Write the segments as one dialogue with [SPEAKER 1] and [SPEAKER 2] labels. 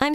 [SPEAKER 1] I'm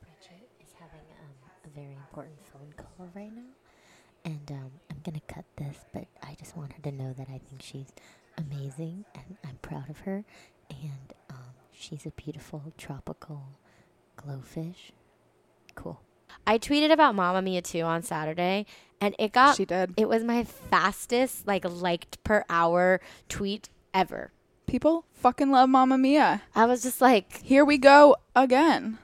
[SPEAKER 2] Bridget is having um, a very important phone call right now, and um, I'm gonna cut this, but I just want her to know that I think she's amazing and I'm proud of her, and um, she's a beautiful tropical glowfish. Cool.
[SPEAKER 3] I tweeted about Mamma Mia 2 on Saturday and it got
[SPEAKER 4] She did.
[SPEAKER 3] it was my fastest like liked per hour tweet ever.
[SPEAKER 4] People fucking love Mamma Mia.
[SPEAKER 3] I was just like
[SPEAKER 4] Here we go again.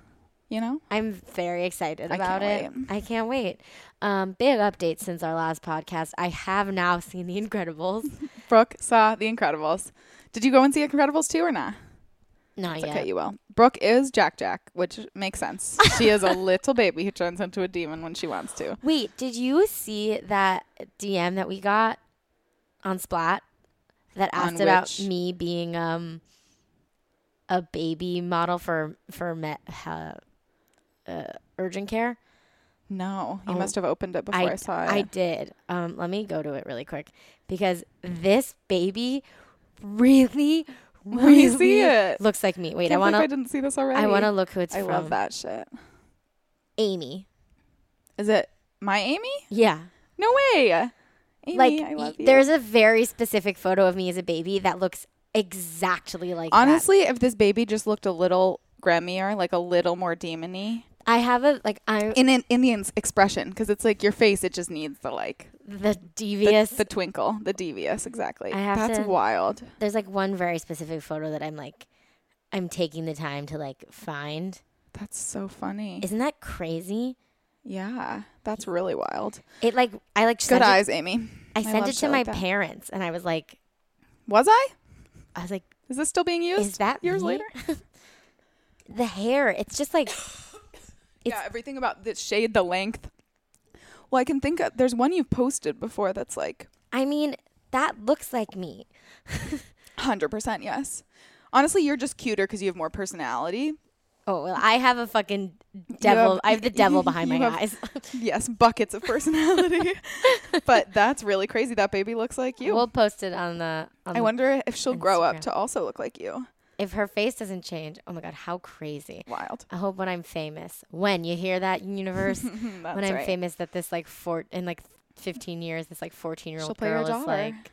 [SPEAKER 4] You know?
[SPEAKER 3] I'm very excited
[SPEAKER 4] I
[SPEAKER 3] about it.
[SPEAKER 4] can't
[SPEAKER 3] I can't wait. Um, big update since our last podcast. I have now seen The Incredibles.
[SPEAKER 4] Brooke saw The Incredibles. Did you go and see Incredibles too or not?
[SPEAKER 3] Not
[SPEAKER 4] It's
[SPEAKER 3] yet.
[SPEAKER 4] okay, you will. Brooke is Jack Jack, which makes sense. She is a little baby who turns into a demon when she wants to.
[SPEAKER 3] Wait, did you see that DM that we got on Splat that
[SPEAKER 4] On
[SPEAKER 3] asked about
[SPEAKER 4] which-
[SPEAKER 3] me being um a baby model for for me, uh, uh, urgent care?
[SPEAKER 4] No, you
[SPEAKER 3] Oh,
[SPEAKER 4] must have opened it before I, saw it.
[SPEAKER 3] I did. Um, let me go to it really quick because this baby really,
[SPEAKER 4] We
[SPEAKER 3] really
[SPEAKER 4] see it.
[SPEAKER 3] looks like me. Wait,
[SPEAKER 4] Can't
[SPEAKER 3] I want
[SPEAKER 4] believe I
[SPEAKER 3] to.
[SPEAKER 4] didn't see this already.
[SPEAKER 3] I want to look who it's
[SPEAKER 4] I
[SPEAKER 3] from.
[SPEAKER 4] love that shit.
[SPEAKER 3] Amy.
[SPEAKER 4] Is it my Amy?
[SPEAKER 3] Yeah.
[SPEAKER 4] No way. Amy,
[SPEAKER 3] like
[SPEAKER 4] I love
[SPEAKER 3] y-
[SPEAKER 4] you.
[SPEAKER 3] there's a very specific photo of me as a baby that looks exactly like that.
[SPEAKER 4] honestly, if this baby just looked a little gremmier, like a little more demony
[SPEAKER 3] I have a like I
[SPEAKER 4] in an Indian's expression, because it's like your face, it just needs the like
[SPEAKER 3] the
[SPEAKER 4] the,
[SPEAKER 3] devious.
[SPEAKER 4] the twinkle, the devious, exactly.
[SPEAKER 3] I have
[SPEAKER 4] That's
[SPEAKER 3] to-
[SPEAKER 4] wild.
[SPEAKER 3] there's like one very specific photo that I'm like I'm taking the time to like find.
[SPEAKER 4] That's so funny.
[SPEAKER 3] Isn't that crazy?
[SPEAKER 4] yeah, that's really wild.
[SPEAKER 3] It like I like
[SPEAKER 4] Good
[SPEAKER 3] sent it,
[SPEAKER 4] eyes, Amy.
[SPEAKER 3] I sent
[SPEAKER 4] love
[SPEAKER 3] it to
[SPEAKER 4] shit
[SPEAKER 3] my
[SPEAKER 4] like that.
[SPEAKER 3] parents and I was like
[SPEAKER 4] Was I?
[SPEAKER 3] I was like
[SPEAKER 4] Is this still being used?
[SPEAKER 3] is that
[SPEAKER 4] years
[SPEAKER 3] me?
[SPEAKER 4] later?
[SPEAKER 3] the hair it's just like
[SPEAKER 4] yeah, everything about the shade, the length. Well, I can think of, there's one you've posted before that's like
[SPEAKER 3] I mean that looks like me.
[SPEAKER 4] 100% yes. Honestly, you're just cuter because you have more personality.
[SPEAKER 3] Oh well, I have a fucking devil.
[SPEAKER 4] have-
[SPEAKER 3] I have the devil behind my
[SPEAKER 4] you have-
[SPEAKER 3] eyes.
[SPEAKER 4] Yes, buckets of personality. but that's really crazy. That baby looks like you.
[SPEAKER 3] We'll post it on the. On
[SPEAKER 4] I wonder if she'll grow up
[SPEAKER 3] Instagram.
[SPEAKER 4] to also look like you.
[SPEAKER 3] if her face doesn't change. Oh my god, how crazy!
[SPEAKER 4] Wild.
[SPEAKER 3] I hope when I'm famous, when you hear that universe, when
[SPEAKER 4] Mm, That's
[SPEAKER 3] I'm
[SPEAKER 4] right.
[SPEAKER 3] famous, that this like four in like 15 years, this like 14 year
[SPEAKER 4] She'll
[SPEAKER 3] old
[SPEAKER 4] play your
[SPEAKER 3] girl is
[SPEAKER 4] daughter.
[SPEAKER 3] like,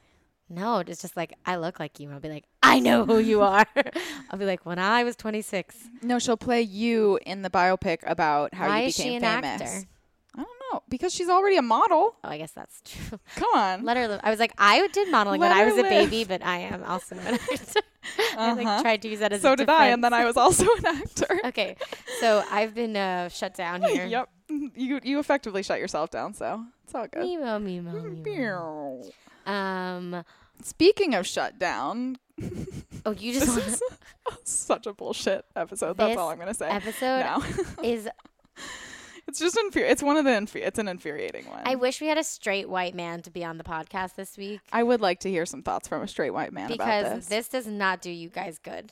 [SPEAKER 3] no, it's just like I look like you. I'll be like, I know who you are. I'll be like, when I was 26,
[SPEAKER 4] No, she'll play you in the biopic about how
[SPEAKER 3] why
[SPEAKER 4] you
[SPEAKER 3] is she
[SPEAKER 4] became
[SPEAKER 3] an
[SPEAKER 4] famous.
[SPEAKER 3] actor?
[SPEAKER 4] I don't know because she's already a model.
[SPEAKER 3] Oh, I guess that's true.
[SPEAKER 4] Come on.
[SPEAKER 3] Let her live. I was like, I did modeling
[SPEAKER 4] Let
[SPEAKER 3] when I
[SPEAKER 4] her
[SPEAKER 3] was a
[SPEAKER 4] live.
[SPEAKER 3] baby, but I am also an actor. I
[SPEAKER 4] Uh-huh.
[SPEAKER 3] like tried to use that as
[SPEAKER 4] so
[SPEAKER 3] a
[SPEAKER 4] did I, and
[SPEAKER 3] defense.
[SPEAKER 4] then I was also an actor.
[SPEAKER 3] okay, so I've been uh, shut down here.
[SPEAKER 4] yep. You you effectively shut yourself down, so it's all good.
[SPEAKER 3] Meow, meow, meow,
[SPEAKER 4] Meow.
[SPEAKER 3] meow. Um.
[SPEAKER 4] Speaking of shut down,
[SPEAKER 3] Oh, you just
[SPEAKER 4] this
[SPEAKER 3] want
[SPEAKER 4] is such a bullshit episode. That's
[SPEAKER 3] This
[SPEAKER 4] all I'm gonna say.
[SPEAKER 3] episode
[SPEAKER 4] now.
[SPEAKER 3] is.
[SPEAKER 4] it's just infuri- It's one of the infuri- It's an infuriating one. I
[SPEAKER 3] I wish we had a straight white man to be on the podcast this week
[SPEAKER 4] would like to hear some thoughts from a straight white man about this.
[SPEAKER 3] because this. does not do you guys good.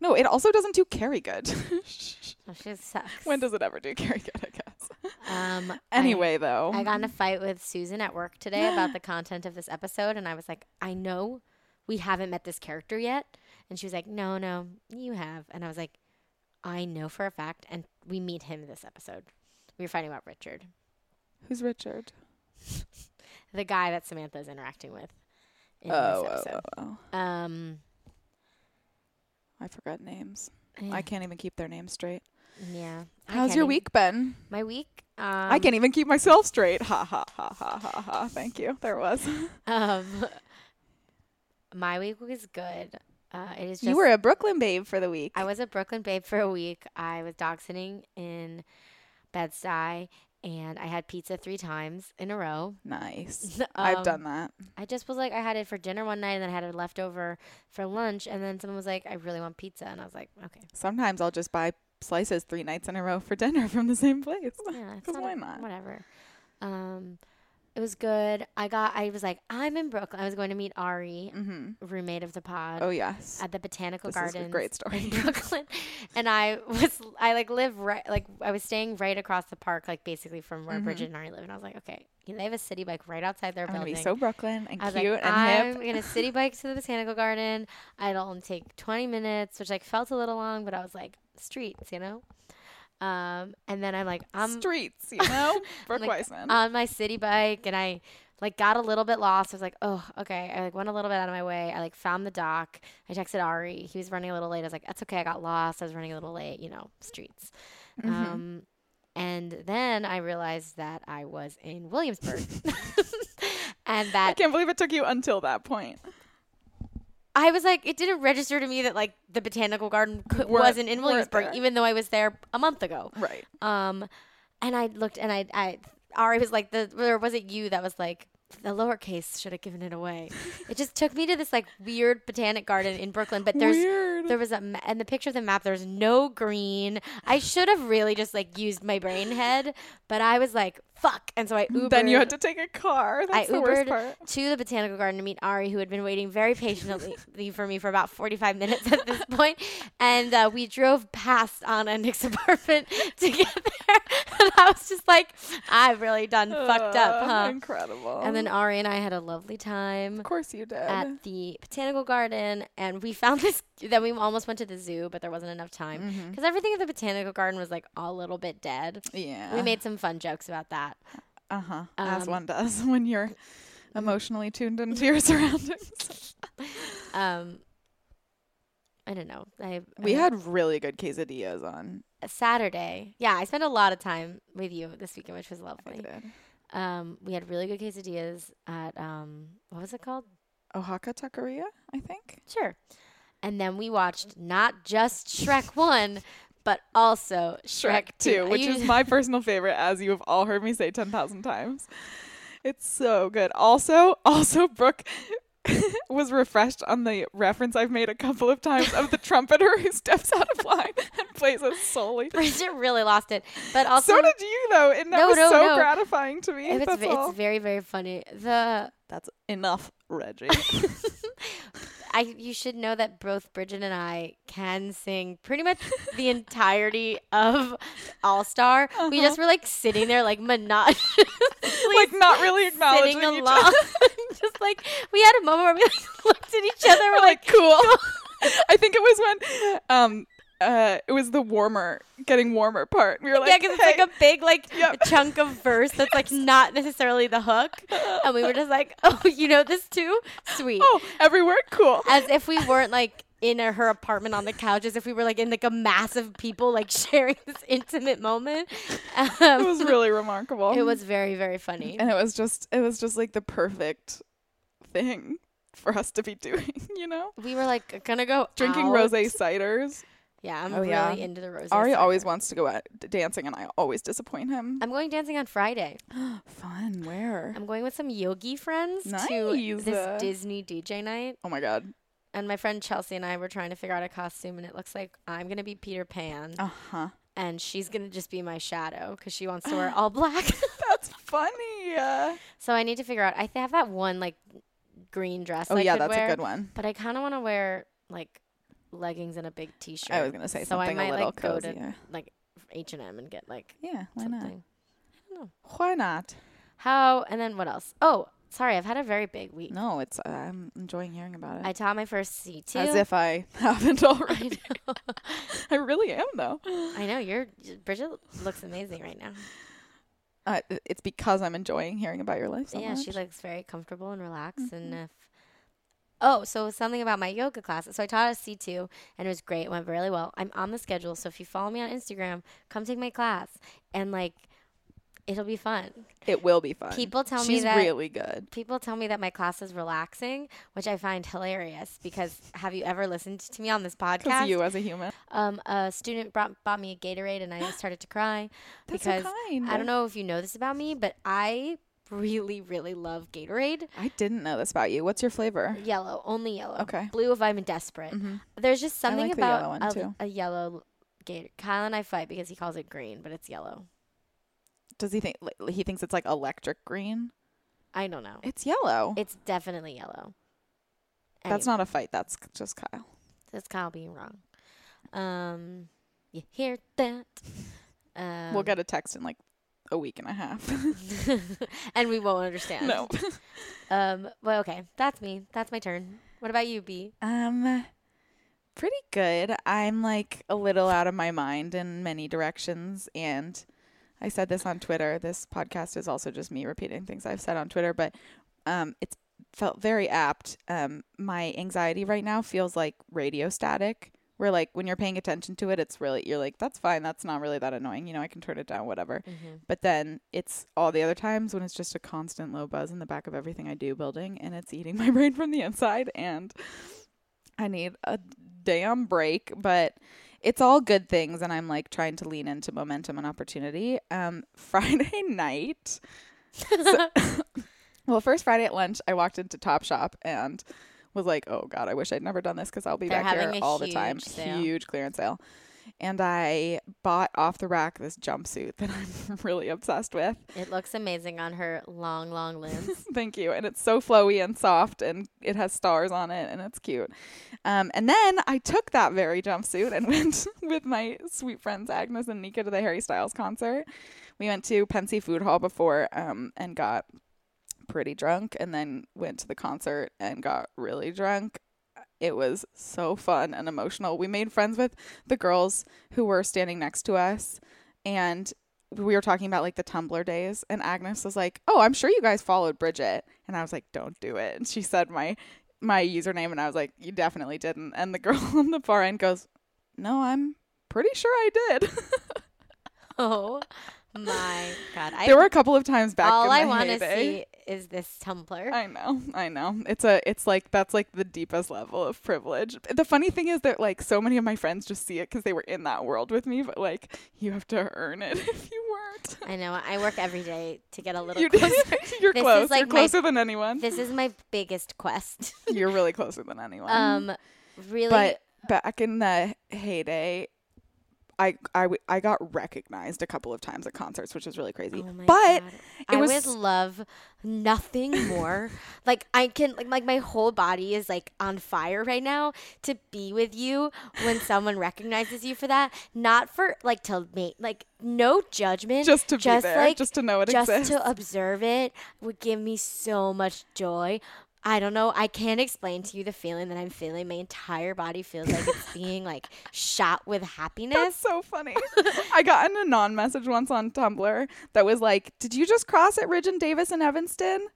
[SPEAKER 4] No, it also doesn't do Carrie good.
[SPEAKER 3] Oh, she sucks.
[SPEAKER 4] when does it ever do Carrie good? I guess.
[SPEAKER 3] um. I-
[SPEAKER 4] Anyway, though,
[SPEAKER 3] I got in a fight with Susan at work today about the content of this episode, and I was like, I know we haven't met this character yet. And she was like, No, no, you have. And I was like, I know for a fact, and we meet him this episode. We were fighting about Richard,
[SPEAKER 4] who's Richard?
[SPEAKER 3] the guy that Samantha is interacting with in Um,
[SPEAKER 4] Oh,
[SPEAKER 3] this
[SPEAKER 4] oh,
[SPEAKER 3] episode.
[SPEAKER 4] oh, oh.
[SPEAKER 3] Um,
[SPEAKER 4] I forgot names.
[SPEAKER 3] Yeah.
[SPEAKER 4] I can't even keep their names straight.
[SPEAKER 3] Yeah. I
[SPEAKER 4] How's
[SPEAKER 3] can't
[SPEAKER 4] your
[SPEAKER 3] even-
[SPEAKER 4] week been?
[SPEAKER 3] My week. Um,
[SPEAKER 4] I can't even keep myself straight. Ha ha ha ha ha ha. Thank you. There it was.
[SPEAKER 3] Um, my week was good. Uh, it is just
[SPEAKER 4] you were a Brooklyn babe for the week.
[SPEAKER 3] I was a Brooklyn babe for a week. I was dog sitting in Bed-Stuy, and I had pizza three times in a row.
[SPEAKER 4] nice. I've
[SPEAKER 3] Um,
[SPEAKER 4] done that.
[SPEAKER 3] I just was like, I had it for dinner one night, and then I had it left over for lunch. And then someone was like, I really want pizza, and I was like, okay,
[SPEAKER 4] Sometimes I'll just buy slices three nights in a row for dinner from the same place.
[SPEAKER 3] yeah, it's
[SPEAKER 4] Because
[SPEAKER 3] not
[SPEAKER 4] why
[SPEAKER 3] a-
[SPEAKER 4] not?
[SPEAKER 3] Whatever. Um, it was good. I got. I was like, I'm in Brooklyn. I was going to meet Ari,
[SPEAKER 4] Mm-hmm.
[SPEAKER 3] roommate of the pod.
[SPEAKER 4] Oh yes.
[SPEAKER 3] at the botanical
[SPEAKER 4] This is a
[SPEAKER 3] gardens
[SPEAKER 4] great
[SPEAKER 3] in
[SPEAKER 4] story.
[SPEAKER 3] Brooklyn, and I was I like live right like I was staying right across the park, like basically from
[SPEAKER 4] Mm-hmm.
[SPEAKER 3] where Bridget and I live, and I was like, okay, they have a city bike right outside their
[SPEAKER 4] I'm gonna
[SPEAKER 3] building.
[SPEAKER 4] be Oh, so Brooklyn and
[SPEAKER 3] I was
[SPEAKER 4] cute
[SPEAKER 3] like,
[SPEAKER 4] and
[SPEAKER 3] I'm
[SPEAKER 4] hip.
[SPEAKER 3] gonna city bike to the botanical garden. It'll only take 20 minutes, which like felt a little long, but I was like streets, you know. Um, and then I'm like, I'm
[SPEAKER 4] Streets, you know, Brooke
[SPEAKER 3] like, uh,
[SPEAKER 4] Weisman.
[SPEAKER 3] on my city bike and I like got a little bit lost. I was like, oh, okay. I like went a little bit out of my way. I like found the dock. I texted Ari. He was running a little late. I was like, that's okay. I got lost. I was running a little late, you know, streets.
[SPEAKER 4] Mm-hmm.
[SPEAKER 3] Um, and then I realized that I was in Williamsburg. and
[SPEAKER 4] I
[SPEAKER 3] that
[SPEAKER 4] can't believe it took you until that point.
[SPEAKER 3] I was like, it didn't register to me that like the botanical garden could,
[SPEAKER 4] Weren't-
[SPEAKER 3] wasn't in
[SPEAKER 4] weren't
[SPEAKER 3] Williamsburg,
[SPEAKER 4] there.
[SPEAKER 3] even though I was there a month ago.
[SPEAKER 4] Right.
[SPEAKER 3] Um, and I looked, and I, I Ari was like, the or was it you that was like, the lowercase should have given it away. it just took me to this like weird botanic garden in Brooklyn, but there's.
[SPEAKER 4] Weird.
[SPEAKER 3] There was a ma- and the picture of the map. There's no green. I should have really just like used my brain head, but I was like, "Fuck!" And so I Ubered.
[SPEAKER 4] then you had to take a car. That's
[SPEAKER 3] I
[SPEAKER 4] the worst part.
[SPEAKER 3] Ubered to the botanical garden to meet Ari, who had been waiting very patiently for me for about 45 minutes at this point. And uh, we drove past Anna and Nick's apartment to get there. And I was just like, I've really done fucked up,
[SPEAKER 4] Ugh,
[SPEAKER 3] huh?
[SPEAKER 4] Oh, Incredible.
[SPEAKER 3] And then Ari and I had a lovely time
[SPEAKER 4] of course you did.
[SPEAKER 3] at the botanical garden and we found this then we almost went to the zoo but there wasn't enough time
[SPEAKER 4] Mm-hmm. Mm.
[SPEAKER 3] because everything at the botanical garden was like all a little bit dead
[SPEAKER 4] yeah.
[SPEAKER 3] we made some fun jokes about that
[SPEAKER 4] Uh huh. as
[SPEAKER 3] um,
[SPEAKER 4] one does when you're emotionally tuned into your surroundings.
[SPEAKER 3] um i don't know i
[SPEAKER 4] we
[SPEAKER 3] I-
[SPEAKER 4] had really good quesadillas on.
[SPEAKER 3] Saturday. Yeah, I spent a lot of time with you this weekend, which was
[SPEAKER 4] I
[SPEAKER 3] lovely.
[SPEAKER 4] did.
[SPEAKER 3] Um, we had really good quesadillas at um, what was it called?
[SPEAKER 4] Oaxaca taqueria, I think.
[SPEAKER 3] Sure. And then we watched not just Shrek One, but also Shrek,
[SPEAKER 4] Shrek 2, which
[SPEAKER 3] You-
[SPEAKER 4] is my personal favorite, as you have all heard me say 10,000 times. It's so good. Also, also, Brooke was refreshed on the reference I've made a couple of times of the trumpeter who steps out of line and plays us solely.
[SPEAKER 3] Bridget really lost it. But also,
[SPEAKER 4] so did you, though, and that
[SPEAKER 3] No,
[SPEAKER 4] was
[SPEAKER 3] no,
[SPEAKER 4] so
[SPEAKER 3] no.
[SPEAKER 4] gratifying to me.
[SPEAKER 3] it was,
[SPEAKER 4] That's
[SPEAKER 3] ve-
[SPEAKER 4] all.
[SPEAKER 3] it's very very funny. The
[SPEAKER 4] That's enough, Reggie.
[SPEAKER 3] I you should know that both Bridget and I can sing pretty much the entirety of All Star. We just were like sitting there like monotonously
[SPEAKER 4] Uh-huh. like, not really acknowledging
[SPEAKER 3] sitting
[SPEAKER 4] each
[SPEAKER 3] along.
[SPEAKER 4] other.
[SPEAKER 3] just like we had a moment where we like, looked at each other. We're like,
[SPEAKER 4] cool. I think it was when um uh it was the warmer getting warmer part. We were like,
[SPEAKER 3] yeah, because it's
[SPEAKER 4] "Hey."
[SPEAKER 3] like a big like
[SPEAKER 4] Yep.
[SPEAKER 3] chunk of verse that's like not necessarily the hook, and we were just like, oh, you know this too, sweet.
[SPEAKER 4] oh, every word cool.
[SPEAKER 3] as if we weren't like in a, her apartment on the couch, as if we were like in like a mass of people like sharing this intimate moment. Um,
[SPEAKER 4] it was really remarkable.
[SPEAKER 3] it was very very funny.
[SPEAKER 4] and it was just it was just like the perfect thing for us to be doing, you know?
[SPEAKER 3] We were like gonna go
[SPEAKER 4] Drinking
[SPEAKER 3] out.
[SPEAKER 4] rosé ciders.
[SPEAKER 3] Yeah, I'm
[SPEAKER 4] Oh,
[SPEAKER 3] really
[SPEAKER 4] yeah.
[SPEAKER 3] into the rose.
[SPEAKER 4] Ari always wants to go out d- dancing and I always disappoint him.
[SPEAKER 3] I'm going dancing on Friday.
[SPEAKER 4] Fun, where?
[SPEAKER 3] I'm going with some yogi friends to
[SPEAKER 4] Nice.
[SPEAKER 3] this Disney DJ night.
[SPEAKER 4] oh my god.
[SPEAKER 3] And my friend Chelsea and I were trying to figure out a costume, and it looks like I'm gonna be Peter Pan,
[SPEAKER 4] Uh-huh.
[SPEAKER 3] and she's gonna just be my shadow because she wants to wear all black.
[SPEAKER 4] That's funny. Uh,
[SPEAKER 3] So I need to figure out. I th- have that one like green dress.
[SPEAKER 4] oh
[SPEAKER 3] I
[SPEAKER 4] yeah,
[SPEAKER 3] could
[SPEAKER 4] that's
[SPEAKER 3] wear,
[SPEAKER 4] a good one.
[SPEAKER 3] But I kind of want to wear like leggings and a big T-shirt.
[SPEAKER 4] I was gonna say something a
[SPEAKER 3] might,
[SPEAKER 4] little
[SPEAKER 3] like, go to-
[SPEAKER 4] cozier.
[SPEAKER 3] Like H and M and get like
[SPEAKER 4] Yeah, why not?
[SPEAKER 3] something.
[SPEAKER 4] Why not?
[SPEAKER 3] How and then what else? Oh, sorry, I've had a very big week.
[SPEAKER 4] No, it's uh, I'm enjoying hearing about it.
[SPEAKER 3] I taught my first C two.
[SPEAKER 4] As if I haven't
[SPEAKER 3] I
[SPEAKER 4] already.
[SPEAKER 3] know.
[SPEAKER 4] I really am though.
[SPEAKER 3] I know you're Bridget looks amazing right now.
[SPEAKER 4] Uh, it's because I'm enjoying hearing about your life so
[SPEAKER 3] yeah,
[SPEAKER 4] much. Mm-hmm.
[SPEAKER 3] she looks very comfortable and relaxed, and if Oh, so something about my yoga class. So I taught at C2 and it was great. It went really well. I'm on the schedule. So if you follow me on Instagram, come take my class. And like, it'll be fun.
[SPEAKER 4] It will be fun.
[SPEAKER 3] People tell
[SPEAKER 4] She's
[SPEAKER 3] me that-
[SPEAKER 4] really good.
[SPEAKER 3] People tell me that my class is relaxing, which I find hilarious because have you ever listened to me on this
[SPEAKER 4] Because
[SPEAKER 3] podcast?
[SPEAKER 4] you as a human.
[SPEAKER 3] um, a student brought, bought me a Gatorade and I started to cry
[SPEAKER 4] That's so
[SPEAKER 3] because
[SPEAKER 4] kind.
[SPEAKER 3] I don't know if you know this about me, but I really, really love Gatorade.
[SPEAKER 4] I didn't know this about you. What's your flavor? Mm-hmm.
[SPEAKER 3] Yellow, only yellow.
[SPEAKER 4] Okay. Mm.
[SPEAKER 3] Blue if I'm desperate. There's just
[SPEAKER 4] I
[SPEAKER 3] something
[SPEAKER 4] like the yellow
[SPEAKER 3] about
[SPEAKER 4] one,
[SPEAKER 3] a,
[SPEAKER 4] too.
[SPEAKER 3] a yellow Gator. Kyle and I fight because he calls it green, but it's yellow.
[SPEAKER 4] Does he think li- he thinks it's like electric green?
[SPEAKER 3] I don't know.
[SPEAKER 4] It's yellow.
[SPEAKER 3] It's definitely yellow.
[SPEAKER 4] That's
[SPEAKER 3] Anyway,
[SPEAKER 4] not a fight. That's c- just Kyle.
[SPEAKER 3] That's Kyle being wrong. Um, you hear that? Um,
[SPEAKER 4] we'll get a text in like a week and a half.
[SPEAKER 3] and we won't understand.
[SPEAKER 4] no.
[SPEAKER 3] Um, well, okay. That's me. That's my turn. What about you, B?
[SPEAKER 4] Um, pretty good. I'm like a little out of my mind in many directions, and I said this on Twitter. This podcast is also just me repeating things I've said on Twitter, but um, it's felt very apt. Um, my anxiety right now feels like radio static. Where like when you're paying attention to it, it's really you're like that's fine, that's not really that annoying. You know, I can turn it down, whatever. But then it's all the other times when it's just a constant low buzz in the back of everything I do building, and it's eating my brain from the inside. And I need a damn break, but it's all good things and I'm like trying to lean into momentum and opportunity. Um Friday night. so- well, first Friday at lunch, I walked into Top Shop and was like, "Oh god, I wish I'd never done this cuz I'll be
[SPEAKER 3] They're
[SPEAKER 4] back here
[SPEAKER 3] having a
[SPEAKER 4] all the time."
[SPEAKER 3] huge sale.
[SPEAKER 4] Huge clearance sale. And I bought off the rack this jumpsuit that I'm really obsessed with.
[SPEAKER 3] It looks amazing on her long, long limbs.
[SPEAKER 4] Thank you. And it's so flowy and soft and it has stars on it and it's cute. Um, and then I took that very jumpsuit and went with my sweet friends Agnes and Nika to the Harry Styles concert. We went to Pensy Food Hall before um, and got pretty drunk and then went to the concert and got really drunk. It was so fun and emotional. We made friends with the girls who were standing next to us and we were talking about like the Tumblr days, and Agnes was like, "Oh, I'm sure you guys followed Bridget," and I was like, "Don't do it." And she said my my username, and I was like, "You definitely didn't." And the girl on the far end goes, "No, I'm pretty sure I did."
[SPEAKER 3] oh my god! I,
[SPEAKER 4] there were a couple of times back.
[SPEAKER 3] all
[SPEAKER 4] in
[SPEAKER 3] I
[SPEAKER 4] the
[SPEAKER 3] want to
[SPEAKER 4] heyday.
[SPEAKER 3] see is this Tumblr.
[SPEAKER 4] I know, I know. It's a, it's like that's like the deepest level of privilege. The funny thing is that like so many of my friends just see it because they were in that world with me, but like you have to earn it if you weren't.
[SPEAKER 3] I know. I work every day to get a little
[SPEAKER 4] You did.
[SPEAKER 3] closer.
[SPEAKER 4] You're
[SPEAKER 3] This is
[SPEAKER 4] close. You're
[SPEAKER 3] like my-
[SPEAKER 4] closer than anyone.
[SPEAKER 3] this is my biggest quest.
[SPEAKER 4] You're really closer than anyone.
[SPEAKER 3] um, really.
[SPEAKER 4] but back in the heyday, I, I, w- I got recognized a couple of times at concerts, which was really crazy.
[SPEAKER 3] Oh my
[SPEAKER 4] but
[SPEAKER 3] God.
[SPEAKER 4] it
[SPEAKER 3] I
[SPEAKER 4] was
[SPEAKER 3] would love nothing more. like I can like, like my whole body is like on fire right now to be with you when someone recognizes you for that. Not for like to make like no judgment.
[SPEAKER 4] Just to be there, just to know it
[SPEAKER 3] just
[SPEAKER 4] exists.
[SPEAKER 3] to observe it would give me so much joy. I don't know. I can't explain to you the feeling that I'm feeling. My entire body feels like it's being like shot with happiness.
[SPEAKER 4] That's so funny. I got an anon message once on Tumblr that was like, "Did you just cross at Ridge and Davis and Evanston?"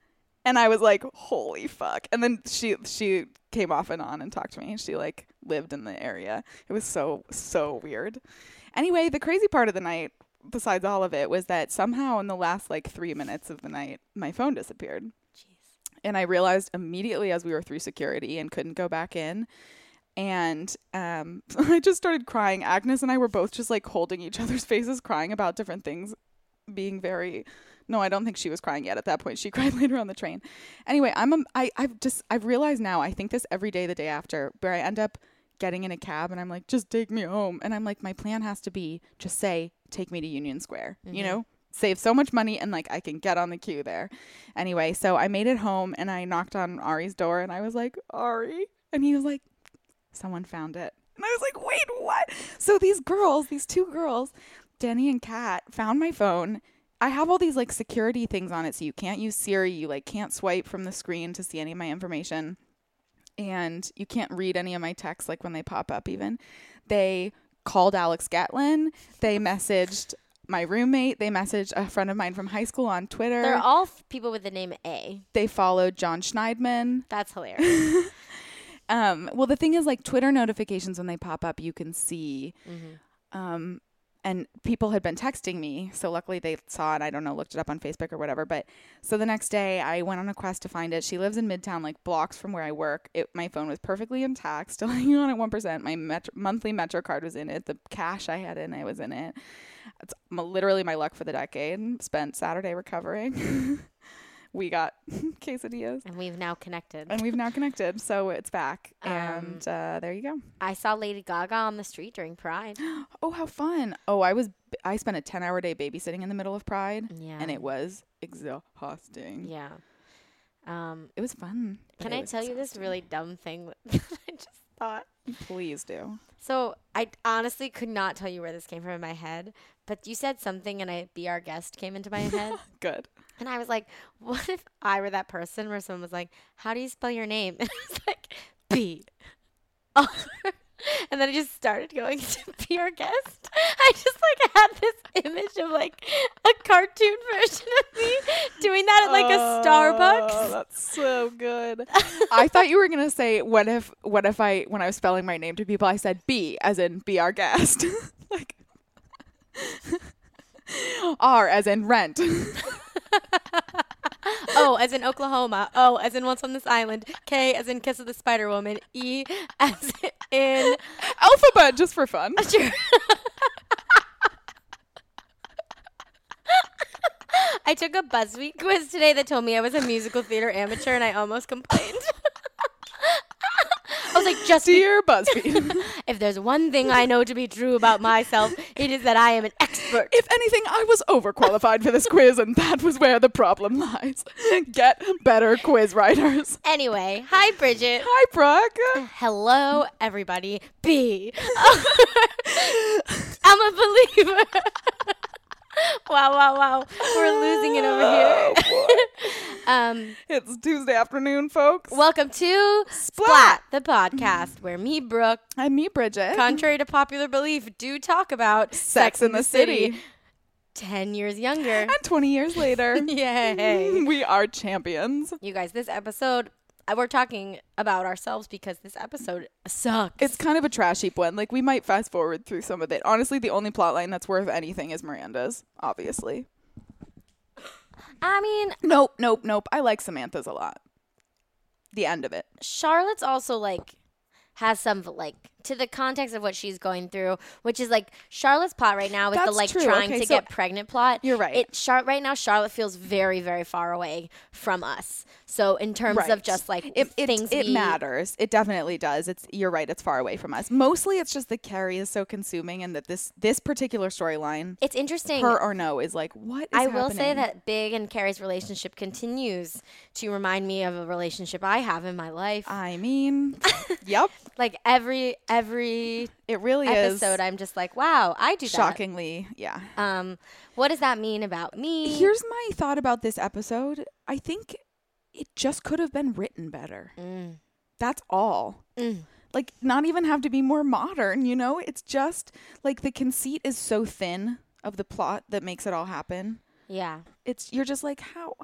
[SPEAKER 4] And I was like, "Holy fuck!" And then she she came off and on and talked to me. She like lived in the area. It was so so weird. Anyway, the crazy part of the night, besides all of it, was that somehow in the last like three minutes of the night, my phone disappeared. And I realized immediately as we were through security and couldn't go back in. And um, I just started crying. Agnes and I were both just like holding each other's faces, crying about different things, being very. No, I don't think she was crying yet at that point. She cried later on the train. Anyway, I'm a, I, I've just I've realized now. I think this every day, the day after, where I end up getting in a cab and I'm like, just take me home. And I'm like, my plan has to be just say, take me to Union Square. You know, save so much money and like I can get on the queue there. Anyway, so I made it home and I knocked on Ari's door and I was like, Ari, and he was like, someone found it. And I was like, wait, what? So these girls, these two girls, Denny and Kat, found my phone. I have all these like security things on it, so you can't use Siri, you like can't swipe from the screen to see any of my information, and you can't read any of my texts like when they pop up even. They called Alex Gatlin, they messaged my roommate, they messaged a friend of mine from high school on Twitter.
[SPEAKER 3] They're all people with the name A.
[SPEAKER 4] they followed John Schneidman.
[SPEAKER 3] That's hilarious.
[SPEAKER 4] Um, well, the thing is, like Twitter notifications when they pop up, you can see. Um, and people had been texting me, so luckily they saw it. I don't know, looked it up on Facebook or whatever. But so the next day, I went on a quest to find it. She lives in Midtown, like blocks from where I work. It, my phone was perfectly intact, still hanging on at one percent. My metro, monthly Metro card was in it. The cash I had in it was in it. It's m- literally my luck for the decade. Spent Saturday recovering. we got quesadillas
[SPEAKER 3] And we've now connected.
[SPEAKER 4] and we've now connected, so it's back.
[SPEAKER 3] Um,
[SPEAKER 4] and uh, there you go.
[SPEAKER 3] I saw Lady Gaga on the street during Pride.
[SPEAKER 4] Oh, how fun! Oh, I was I spent a ten hour day babysitting in the middle of Pride,
[SPEAKER 3] Yeah.
[SPEAKER 4] and it was exhausting.
[SPEAKER 3] yeah. Um,
[SPEAKER 4] It was fun. but
[SPEAKER 3] can
[SPEAKER 4] it
[SPEAKER 3] I
[SPEAKER 4] was
[SPEAKER 3] tell you this really dumb thing that I just thought?
[SPEAKER 4] exhausting. Please do.
[SPEAKER 3] So I honestly could not tell you where this came from in my head, but you said something, and I "Be Our Guest" came into my head,
[SPEAKER 4] Good.
[SPEAKER 3] and I was like, "What if I were that person where someone was like, how do you spell your name?'" And I was like, "B," R." and then I just started going to "Be Our Guest." I just like had this image of like a cartoon version of me doing that at like a
[SPEAKER 4] Oh,
[SPEAKER 3] Starbucks.
[SPEAKER 4] that's so good. I thought you were gonna say, "What if? What if I when I was spelling my name to people, I said B as in be our guest, like R as in rent."
[SPEAKER 3] O Oh, as in Oklahoma. O as in Once on This Island. K as in Kiss of the Spider Woman. E as in
[SPEAKER 4] Alphabet, just for fun.
[SPEAKER 3] Sure. I took a BuzzFeed quiz today that told me I was a musical theater amateur, and I almost complained. I was like, just be-
[SPEAKER 4] Dear BuzzFeed.
[SPEAKER 3] if there's one thing I know to be true about myself, it is that I am an expert.
[SPEAKER 4] If anything, I was overqualified for this quiz, and that was where the problem lies. Get better quiz writers.
[SPEAKER 3] Anyway, hi Bridget.
[SPEAKER 4] Hi, Brooke.
[SPEAKER 3] Hello, everybody. B. I'm a believer. wow, wow, wow. We're losing it over here.
[SPEAKER 4] Oh,
[SPEAKER 3] um,
[SPEAKER 4] It's Tuesday afternoon, folks.
[SPEAKER 3] welcome to Splat, the podcast where me, Brooke,
[SPEAKER 4] I'm me, Bridget.
[SPEAKER 3] contrary to popular belief, do talk about
[SPEAKER 4] Sex in the City.
[SPEAKER 3] 10 years younger.
[SPEAKER 4] And 20 years later,
[SPEAKER 3] Yay.
[SPEAKER 4] we are champions.
[SPEAKER 3] You guys, this episode, uh, we're talking about ourselves because this episode sucks.
[SPEAKER 4] It's kind of a trash heap one. Like, we might fast forward through some of it. Honestly, the only plot line that's worth anything is Miranda's, obviously.
[SPEAKER 3] I mean,
[SPEAKER 4] Nope, nope, nope. I like Samantha's a lot. The end of it.
[SPEAKER 3] Charlotte's also like has some like to the context of what she's going through, which is like Charlotte's plot right now is the
[SPEAKER 4] That's
[SPEAKER 3] like
[SPEAKER 4] true.
[SPEAKER 3] trying
[SPEAKER 4] Okay,
[SPEAKER 3] to
[SPEAKER 4] so-
[SPEAKER 3] get pregnant plot.
[SPEAKER 4] You're right.
[SPEAKER 3] It Char- right now Charlotte feels very very far away from us. So in terms
[SPEAKER 4] Right.
[SPEAKER 3] of just like
[SPEAKER 4] it, it,
[SPEAKER 3] things
[SPEAKER 4] it
[SPEAKER 3] we-
[SPEAKER 4] matters it definitely does it's you're right it's far away from us mostly it's just that carrie is so consuming and that this this particular storyline
[SPEAKER 3] It's interesting.
[SPEAKER 4] her or no is like what is
[SPEAKER 3] I will say
[SPEAKER 4] happening?
[SPEAKER 3] that Big and Carrie's relationship continues to remind me of a relationship I have in my life.
[SPEAKER 4] i mean yep
[SPEAKER 3] like every every
[SPEAKER 4] it really
[SPEAKER 3] episode,
[SPEAKER 4] is
[SPEAKER 3] I'm just like, wow, I do that.
[SPEAKER 4] shockingly yeah
[SPEAKER 3] Um, what does that mean about me?
[SPEAKER 4] here's my thought about this episode i think it just could have been written better that's all
[SPEAKER 3] Mm.
[SPEAKER 4] like not even have to be more modern you know it's just like the conceit is so thin of the plot that makes it all happen
[SPEAKER 3] yeah.
[SPEAKER 4] it's you're just like how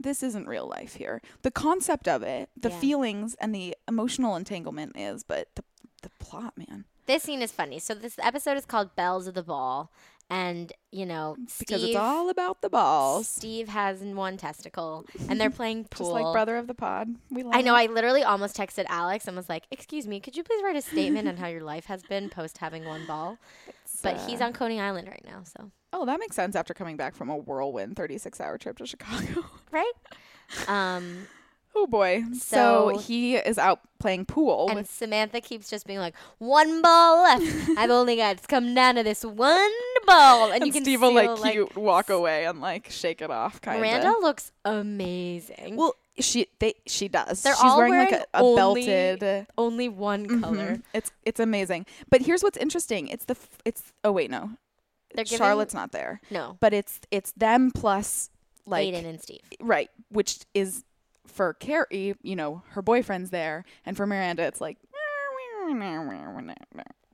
[SPEAKER 4] this isn't real life here the concept of it the
[SPEAKER 3] Yeah.
[SPEAKER 4] feelings and the emotional entanglement is but the, the plot man
[SPEAKER 3] This scene is funny. So this episode is called Bells of the Ball, and you know Steve,
[SPEAKER 4] because it's all about the balls
[SPEAKER 3] Steve has in one testicle, and they're playing pool.
[SPEAKER 4] just like brother of the pod we love
[SPEAKER 3] I know.
[SPEAKER 4] it.
[SPEAKER 3] I literally almost texted Alex and was like, "Excuse me, could you please write a statement on how your life has been post having one ball?" But he's
[SPEAKER 4] uh,
[SPEAKER 3] on Coney Island right now, so
[SPEAKER 4] oh that makes sense after coming back from a whirlwind 36 hour trip to chicago
[SPEAKER 3] right. Um,
[SPEAKER 4] oh boy so,
[SPEAKER 3] So-
[SPEAKER 4] he is out playing pool
[SPEAKER 3] and
[SPEAKER 4] with
[SPEAKER 3] Samantha keeps just being like, "One ball left. I've only got to come down to this one ball." And,
[SPEAKER 4] and
[SPEAKER 3] you can
[SPEAKER 4] Steve
[SPEAKER 3] feel
[SPEAKER 4] will like, you walk away and like shake it off kind
[SPEAKER 3] Miranda
[SPEAKER 4] of.
[SPEAKER 3] looks amazing.
[SPEAKER 4] Well, she they she does.
[SPEAKER 3] They're
[SPEAKER 4] She's
[SPEAKER 3] all
[SPEAKER 4] wearing,
[SPEAKER 3] wearing
[SPEAKER 4] like a, a
[SPEAKER 3] only-
[SPEAKER 4] belted
[SPEAKER 3] only one color.
[SPEAKER 4] Mhm. It's it's amazing. But here's what's interesting. It's the f- it's oh wait no,
[SPEAKER 3] They're giving-
[SPEAKER 4] Charlotte's not there.
[SPEAKER 3] No.
[SPEAKER 4] But it's it's them plus like
[SPEAKER 3] Aiden and Steve.
[SPEAKER 4] right, which is for Carrie. You know her boyfriend's there, and for Miranda it's like.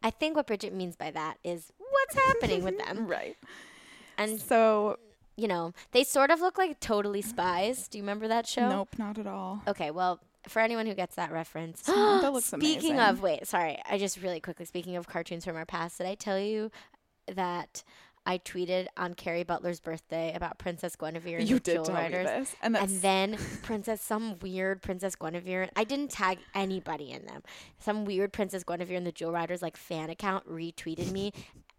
[SPEAKER 3] I think what Bridget means by that is what's happening with them.
[SPEAKER 4] Right.
[SPEAKER 3] And,
[SPEAKER 4] So
[SPEAKER 3] you know, they sort of look like totally spies. Do you remember that show?
[SPEAKER 4] nope, not at all.
[SPEAKER 3] Okay, well, for anyone who gets that reference.
[SPEAKER 4] Samantha looks
[SPEAKER 3] speaking
[SPEAKER 4] amazing.
[SPEAKER 3] of, wait, sorry, I just really quickly speaking of cartoons from our past, did I tell you that I tweeted on Carrie Butler's birthday about Princess Guinevere and
[SPEAKER 4] You
[SPEAKER 3] the
[SPEAKER 4] did
[SPEAKER 3] Jewel
[SPEAKER 4] tell me
[SPEAKER 3] Riders?
[SPEAKER 4] this, and that's-
[SPEAKER 3] then Princess some weird Princess Guinevere. I didn't tag anybody in them. Some weird Princess Guinevere and the Jewel Riders like fan account retweeted me,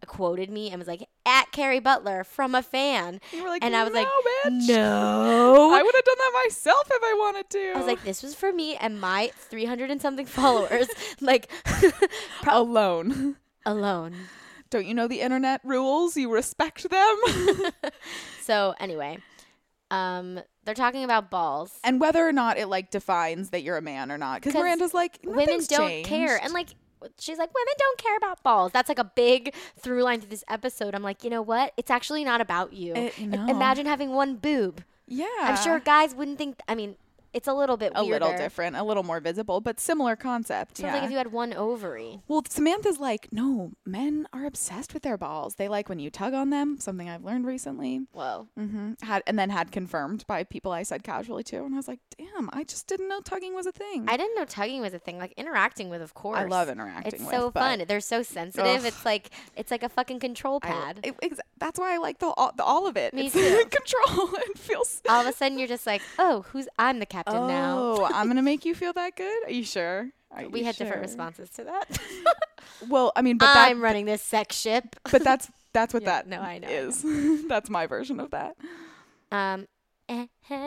[SPEAKER 3] quoted me, and was like at Carrie Butler from a fan.
[SPEAKER 4] You were like,
[SPEAKER 3] and I was like,
[SPEAKER 4] "No, bitch."
[SPEAKER 3] no.
[SPEAKER 4] I would have done that myself if I wanted to.
[SPEAKER 3] I was like, this was for me and my 300 and something followers, like pro-
[SPEAKER 4] alone.
[SPEAKER 3] alone.
[SPEAKER 4] Don't you know the internet rules? You respect them.
[SPEAKER 3] So anyway, um, they're talking about balls.
[SPEAKER 4] and whether or not it like defines that you're a man or not. Because
[SPEAKER 3] 'Cause
[SPEAKER 4] Miranda's like,
[SPEAKER 3] Women
[SPEAKER 4] "Nothing's
[SPEAKER 3] don't
[SPEAKER 4] changed."
[SPEAKER 3] care, and like she's like, women don't care about balls. That's like a big through line to this episode. I'm like, you know what? It's actually not about you.
[SPEAKER 4] It-
[SPEAKER 3] I-
[SPEAKER 4] Eh, no.
[SPEAKER 3] Imagine having one boob.
[SPEAKER 4] yeah.
[SPEAKER 3] I'm sure guys wouldn't think. I mean, it's a little bit
[SPEAKER 4] a little
[SPEAKER 3] weirder.
[SPEAKER 4] different, a little more visible, but similar concept.
[SPEAKER 3] So it's
[SPEAKER 4] yeah.
[SPEAKER 3] like if you had one ovary.
[SPEAKER 4] well, Samantha's like, no, men are obsessed with their balls. They like when you tug on them. Something I've learned recently.
[SPEAKER 3] Whoa.
[SPEAKER 4] hmm Had and then had confirmed by people I said casually to, and I was like, damn, I just didn't know tugging was a thing.
[SPEAKER 3] I didn't know tugging was a thing. Like interacting with, of course.
[SPEAKER 4] love interacting
[SPEAKER 3] It's
[SPEAKER 4] with,
[SPEAKER 3] so
[SPEAKER 4] but-
[SPEAKER 3] fun. They're so sensitive.
[SPEAKER 4] Ugh.
[SPEAKER 3] It's like it's like a fucking control
[SPEAKER 4] I-
[SPEAKER 3] pad.
[SPEAKER 4] it- ex- that's why I like the all, the, all of it.
[SPEAKER 3] Me
[SPEAKER 4] it's
[SPEAKER 3] too.
[SPEAKER 4] control. It feels.
[SPEAKER 3] All of a sudden, you're just like, oh, who's? I'm the captain now.
[SPEAKER 4] Oh, I'm gonna make you feel that good. Are you sure? Are
[SPEAKER 3] We
[SPEAKER 4] you
[SPEAKER 3] had different
[SPEAKER 4] sure?
[SPEAKER 3] responses to that.
[SPEAKER 4] Well, I mean, but that,
[SPEAKER 3] I'm running this sex ship.
[SPEAKER 4] but that's that's what
[SPEAKER 3] Yeah,
[SPEAKER 4] that
[SPEAKER 3] no, I know, I know.
[SPEAKER 4] is. that's my version of that.
[SPEAKER 3] Um.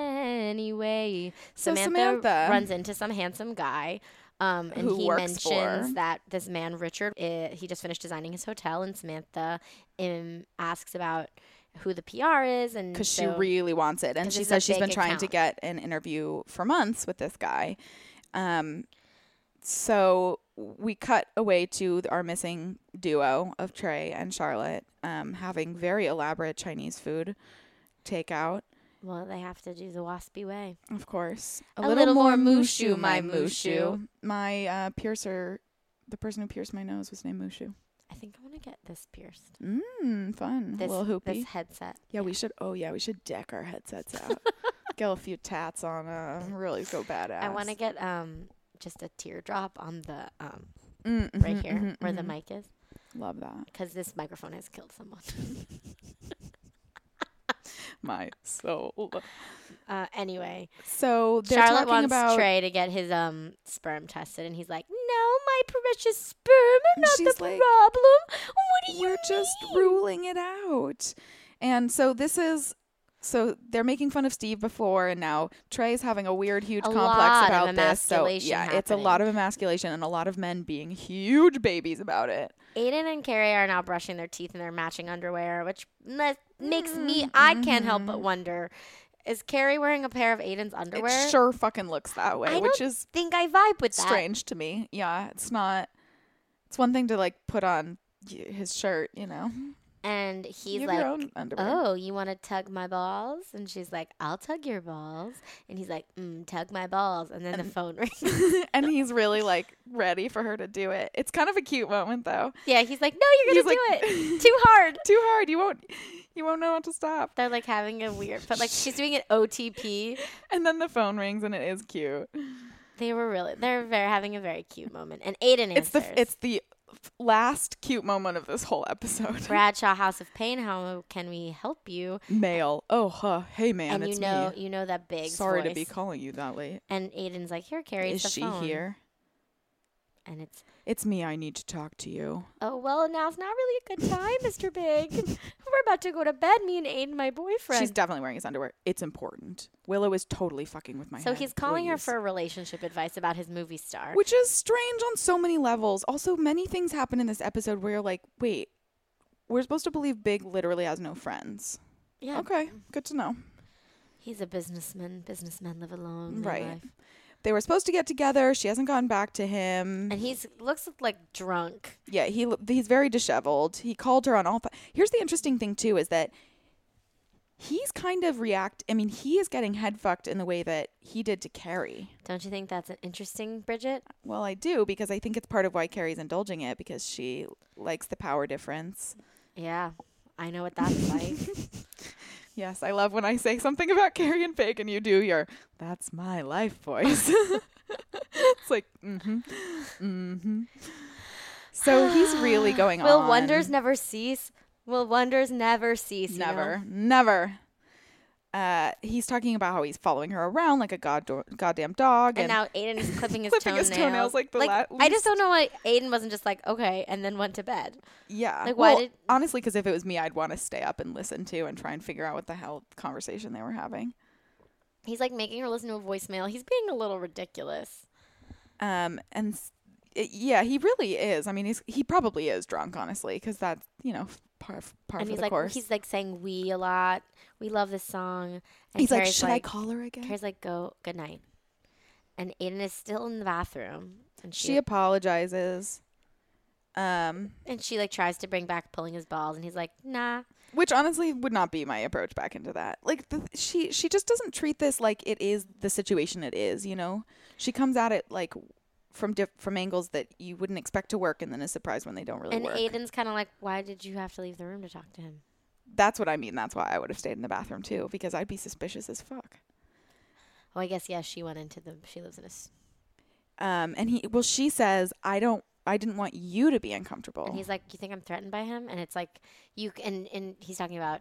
[SPEAKER 3] Anyway,
[SPEAKER 4] So
[SPEAKER 3] Samantha,
[SPEAKER 4] Samantha-
[SPEAKER 3] runs into some handsome guy. Um, and
[SPEAKER 4] Who
[SPEAKER 3] he
[SPEAKER 4] works
[SPEAKER 3] mentions
[SPEAKER 4] for-
[SPEAKER 3] that this man Richard, eh, he just finished designing his hotel, and Samantha um, asks about who the PR is, and
[SPEAKER 4] because she
[SPEAKER 3] so-
[SPEAKER 4] really wants it, and
[SPEAKER 3] 'cause
[SPEAKER 4] she
[SPEAKER 3] it's a
[SPEAKER 4] says she's been
[SPEAKER 3] big
[SPEAKER 4] trying to
[SPEAKER 3] account.
[SPEAKER 4] get an interview for months with this guy. Um, so we cut away to th- our missing duo of Trey and Charlotte, um, having very elaborate Chinese food takeout.
[SPEAKER 3] well, they have to do the waspy way.
[SPEAKER 4] Of course.
[SPEAKER 3] A little more Mushu, my Mushu.
[SPEAKER 4] My uh, piercer, the person who pierced my nose was named Mushu.
[SPEAKER 3] I think I want to get this pierced.
[SPEAKER 4] Mmm,
[SPEAKER 3] Mm,
[SPEAKER 4] fun.
[SPEAKER 3] This,
[SPEAKER 4] little hoopy.
[SPEAKER 3] this headset.
[SPEAKER 4] yeah, we should. Oh, yeah, we should deck our headsets out. get a few tats on 'em, Really go badass.
[SPEAKER 3] I want to get um just a teardrop on the um
[SPEAKER 4] Mm,
[SPEAKER 3] right
[SPEAKER 4] mhm,
[SPEAKER 3] here
[SPEAKER 4] mhm,
[SPEAKER 3] where the
[SPEAKER 4] mhm.
[SPEAKER 3] mic is
[SPEAKER 4] Love that.
[SPEAKER 3] because this microphone has killed someone.
[SPEAKER 4] My soul.
[SPEAKER 3] uh, anyway,
[SPEAKER 4] So they're
[SPEAKER 3] Charlotte
[SPEAKER 4] talking
[SPEAKER 3] wants
[SPEAKER 4] about.
[SPEAKER 3] Trey to get his um sperm tested, and he's like, "No, my precious sperm are
[SPEAKER 4] And
[SPEAKER 3] not the
[SPEAKER 4] she's like,
[SPEAKER 3] problem. What do you
[SPEAKER 4] We're just
[SPEAKER 3] mean?"
[SPEAKER 4] ruling it out. And so this is. So they're making fun of Steve before, and now Trey's having a weird, huge
[SPEAKER 3] A
[SPEAKER 4] complex
[SPEAKER 3] lot
[SPEAKER 4] about
[SPEAKER 3] of
[SPEAKER 4] this. So
[SPEAKER 3] emasculation
[SPEAKER 4] yeah, it's a lot of
[SPEAKER 3] happening.
[SPEAKER 4] emasculation and a lot of men being huge babies about it.
[SPEAKER 3] Aiden and Carrie are now brushing their teeth in their matching underwear, which ma- makes
[SPEAKER 4] Mm-hmm.
[SPEAKER 3] me I can't help but wonder: Is Carrie wearing a pair of Aiden's underwear?
[SPEAKER 4] It sure fucking looks that way,
[SPEAKER 3] I
[SPEAKER 4] which
[SPEAKER 3] don't
[SPEAKER 4] is
[SPEAKER 3] think I vibe with that.
[SPEAKER 4] strange to me. Yeah, it's not. It's one thing to like put on y- his shirt, you know.
[SPEAKER 3] And he's
[SPEAKER 4] you have
[SPEAKER 3] like,
[SPEAKER 4] your own underwear.
[SPEAKER 3] Oh, you want to tug my balls? And she's like, I'll tug your balls. And he's like, mm, tug my balls. And then the phone rings.
[SPEAKER 4] and he's really like ready for her to do it. It's kind of a cute moment though.
[SPEAKER 3] yeah, he's like, no, you're going
[SPEAKER 4] He's
[SPEAKER 3] to do
[SPEAKER 4] like-
[SPEAKER 3] it. Too hard.
[SPEAKER 4] Too hard. You won't. You won't know when to stop.
[SPEAKER 3] They're like having a weird, but like she's doing an OTP.
[SPEAKER 4] And then the phone rings, and it is cute.
[SPEAKER 3] They were really, they're very, having a very cute moment. And Aiden answers.
[SPEAKER 4] It's the it's the f- last cute moment of this whole episode.
[SPEAKER 3] Bradshaw House of Pain, how can we help you?
[SPEAKER 4] Mail. Oh, huh. Hey, man.
[SPEAKER 3] and
[SPEAKER 4] it's
[SPEAKER 3] you know,
[SPEAKER 4] me.
[SPEAKER 3] you know that big.
[SPEAKER 4] Sorry to be calling you that late.
[SPEAKER 3] And Aiden's like, here, Carrie. it's
[SPEAKER 4] Is she
[SPEAKER 3] the phone."
[SPEAKER 4] here?
[SPEAKER 3] And it's,
[SPEAKER 4] It's me. I need to talk to you.
[SPEAKER 3] oh well, now's not really a good time, Mr. Big. We're about to go to bed. Me and Aiden, my boyfriend.
[SPEAKER 4] She's definitely wearing his underwear. It's important. Willow is totally fucking with my
[SPEAKER 3] So
[SPEAKER 4] head,
[SPEAKER 3] he's calling her
[SPEAKER 4] please.
[SPEAKER 3] for relationship advice about his movie star.
[SPEAKER 4] Which is strange on so many levels. Also, many things happen in this episode where you're like, wait, we're supposed to believe Big literally has no friends.
[SPEAKER 3] yeah,
[SPEAKER 4] Okay, good to know.
[SPEAKER 3] he's a businessman. Businessmen live alone,
[SPEAKER 4] Right.
[SPEAKER 3] right? Life.
[SPEAKER 4] They were supposed to get together. She hasn't gone back to him.
[SPEAKER 3] And he's looks like drunk.
[SPEAKER 4] Yeah, he lo- he's very disheveled. He called her on all. Fi- Here's the interesting thing too is that he's kind of react. I mean, he is getting head fucked in the way that he did to Carrie.
[SPEAKER 3] Don't you think that's an interesting, Bridget?
[SPEAKER 4] Well, I do because I think it's part of why Carrie's indulging it because she likes the power difference.
[SPEAKER 3] Yeah, I know what that's like.
[SPEAKER 4] Yes, I love when I say something about Carrie and Fake and you do your "That's my life" voice. It's like, mm-hmm, mm-hmm. So he's really going
[SPEAKER 3] Will
[SPEAKER 4] on.
[SPEAKER 3] wonders never cease? Will wonders never cease? you know?
[SPEAKER 4] Never, never. Uh, he's talking about how he's following her around like a god goddamn dog,
[SPEAKER 3] And now Aiden is clipping his
[SPEAKER 4] Clipping his
[SPEAKER 3] toenails.
[SPEAKER 4] toenails, like, the la-
[SPEAKER 3] I just
[SPEAKER 4] least-
[SPEAKER 3] don't know why Aiden wasn't just like okay, and then went to bed.
[SPEAKER 4] yeah,
[SPEAKER 3] like, why
[SPEAKER 4] Well,
[SPEAKER 3] did-
[SPEAKER 4] honestly? Because if it was me, I'd want to stay up and listen to and try and figure out what the hell conversation they were having.
[SPEAKER 3] He's like making her listen to a voicemail. He's being a little ridiculous.
[SPEAKER 4] Um, and s- it, yeah, he really is. I mean, he's he probably is drunk, honestly, because that's you know part part of
[SPEAKER 3] and he's
[SPEAKER 4] the
[SPEAKER 3] like
[SPEAKER 4] course.
[SPEAKER 3] he's like saying we a lot. We love this song. And
[SPEAKER 4] He's like,
[SPEAKER 3] Carrie's
[SPEAKER 4] should I call her again?
[SPEAKER 3] Carrie's like, go good night. And Aiden is still in the bathroom, and she,
[SPEAKER 4] she apologizes. Um,
[SPEAKER 3] and she like tries to bring back pulling his balls, and he's like, nah.
[SPEAKER 4] which honestly would not be my approach back into that. Like the, she she just doesn't treat this like it is the situation it is, you know. She comes at it like from diff- from angles that you wouldn't expect to work and then is surprised when they don't really
[SPEAKER 3] and
[SPEAKER 4] work.
[SPEAKER 3] Aiden's kind of like, why did you have to leave the room to talk to him?
[SPEAKER 4] That's what I mean. That's why I would have stayed in the bathroom too because I'd be suspicious as fuck.
[SPEAKER 3] Oh, I guess yeah, she went into the. She lives in a. s-
[SPEAKER 4] Um and he well she says, "I don't I didn't want you to be uncomfortable."
[SPEAKER 3] And he's like, "You think I'm threatened by him?" And it's like, "You c- and and he's talking about."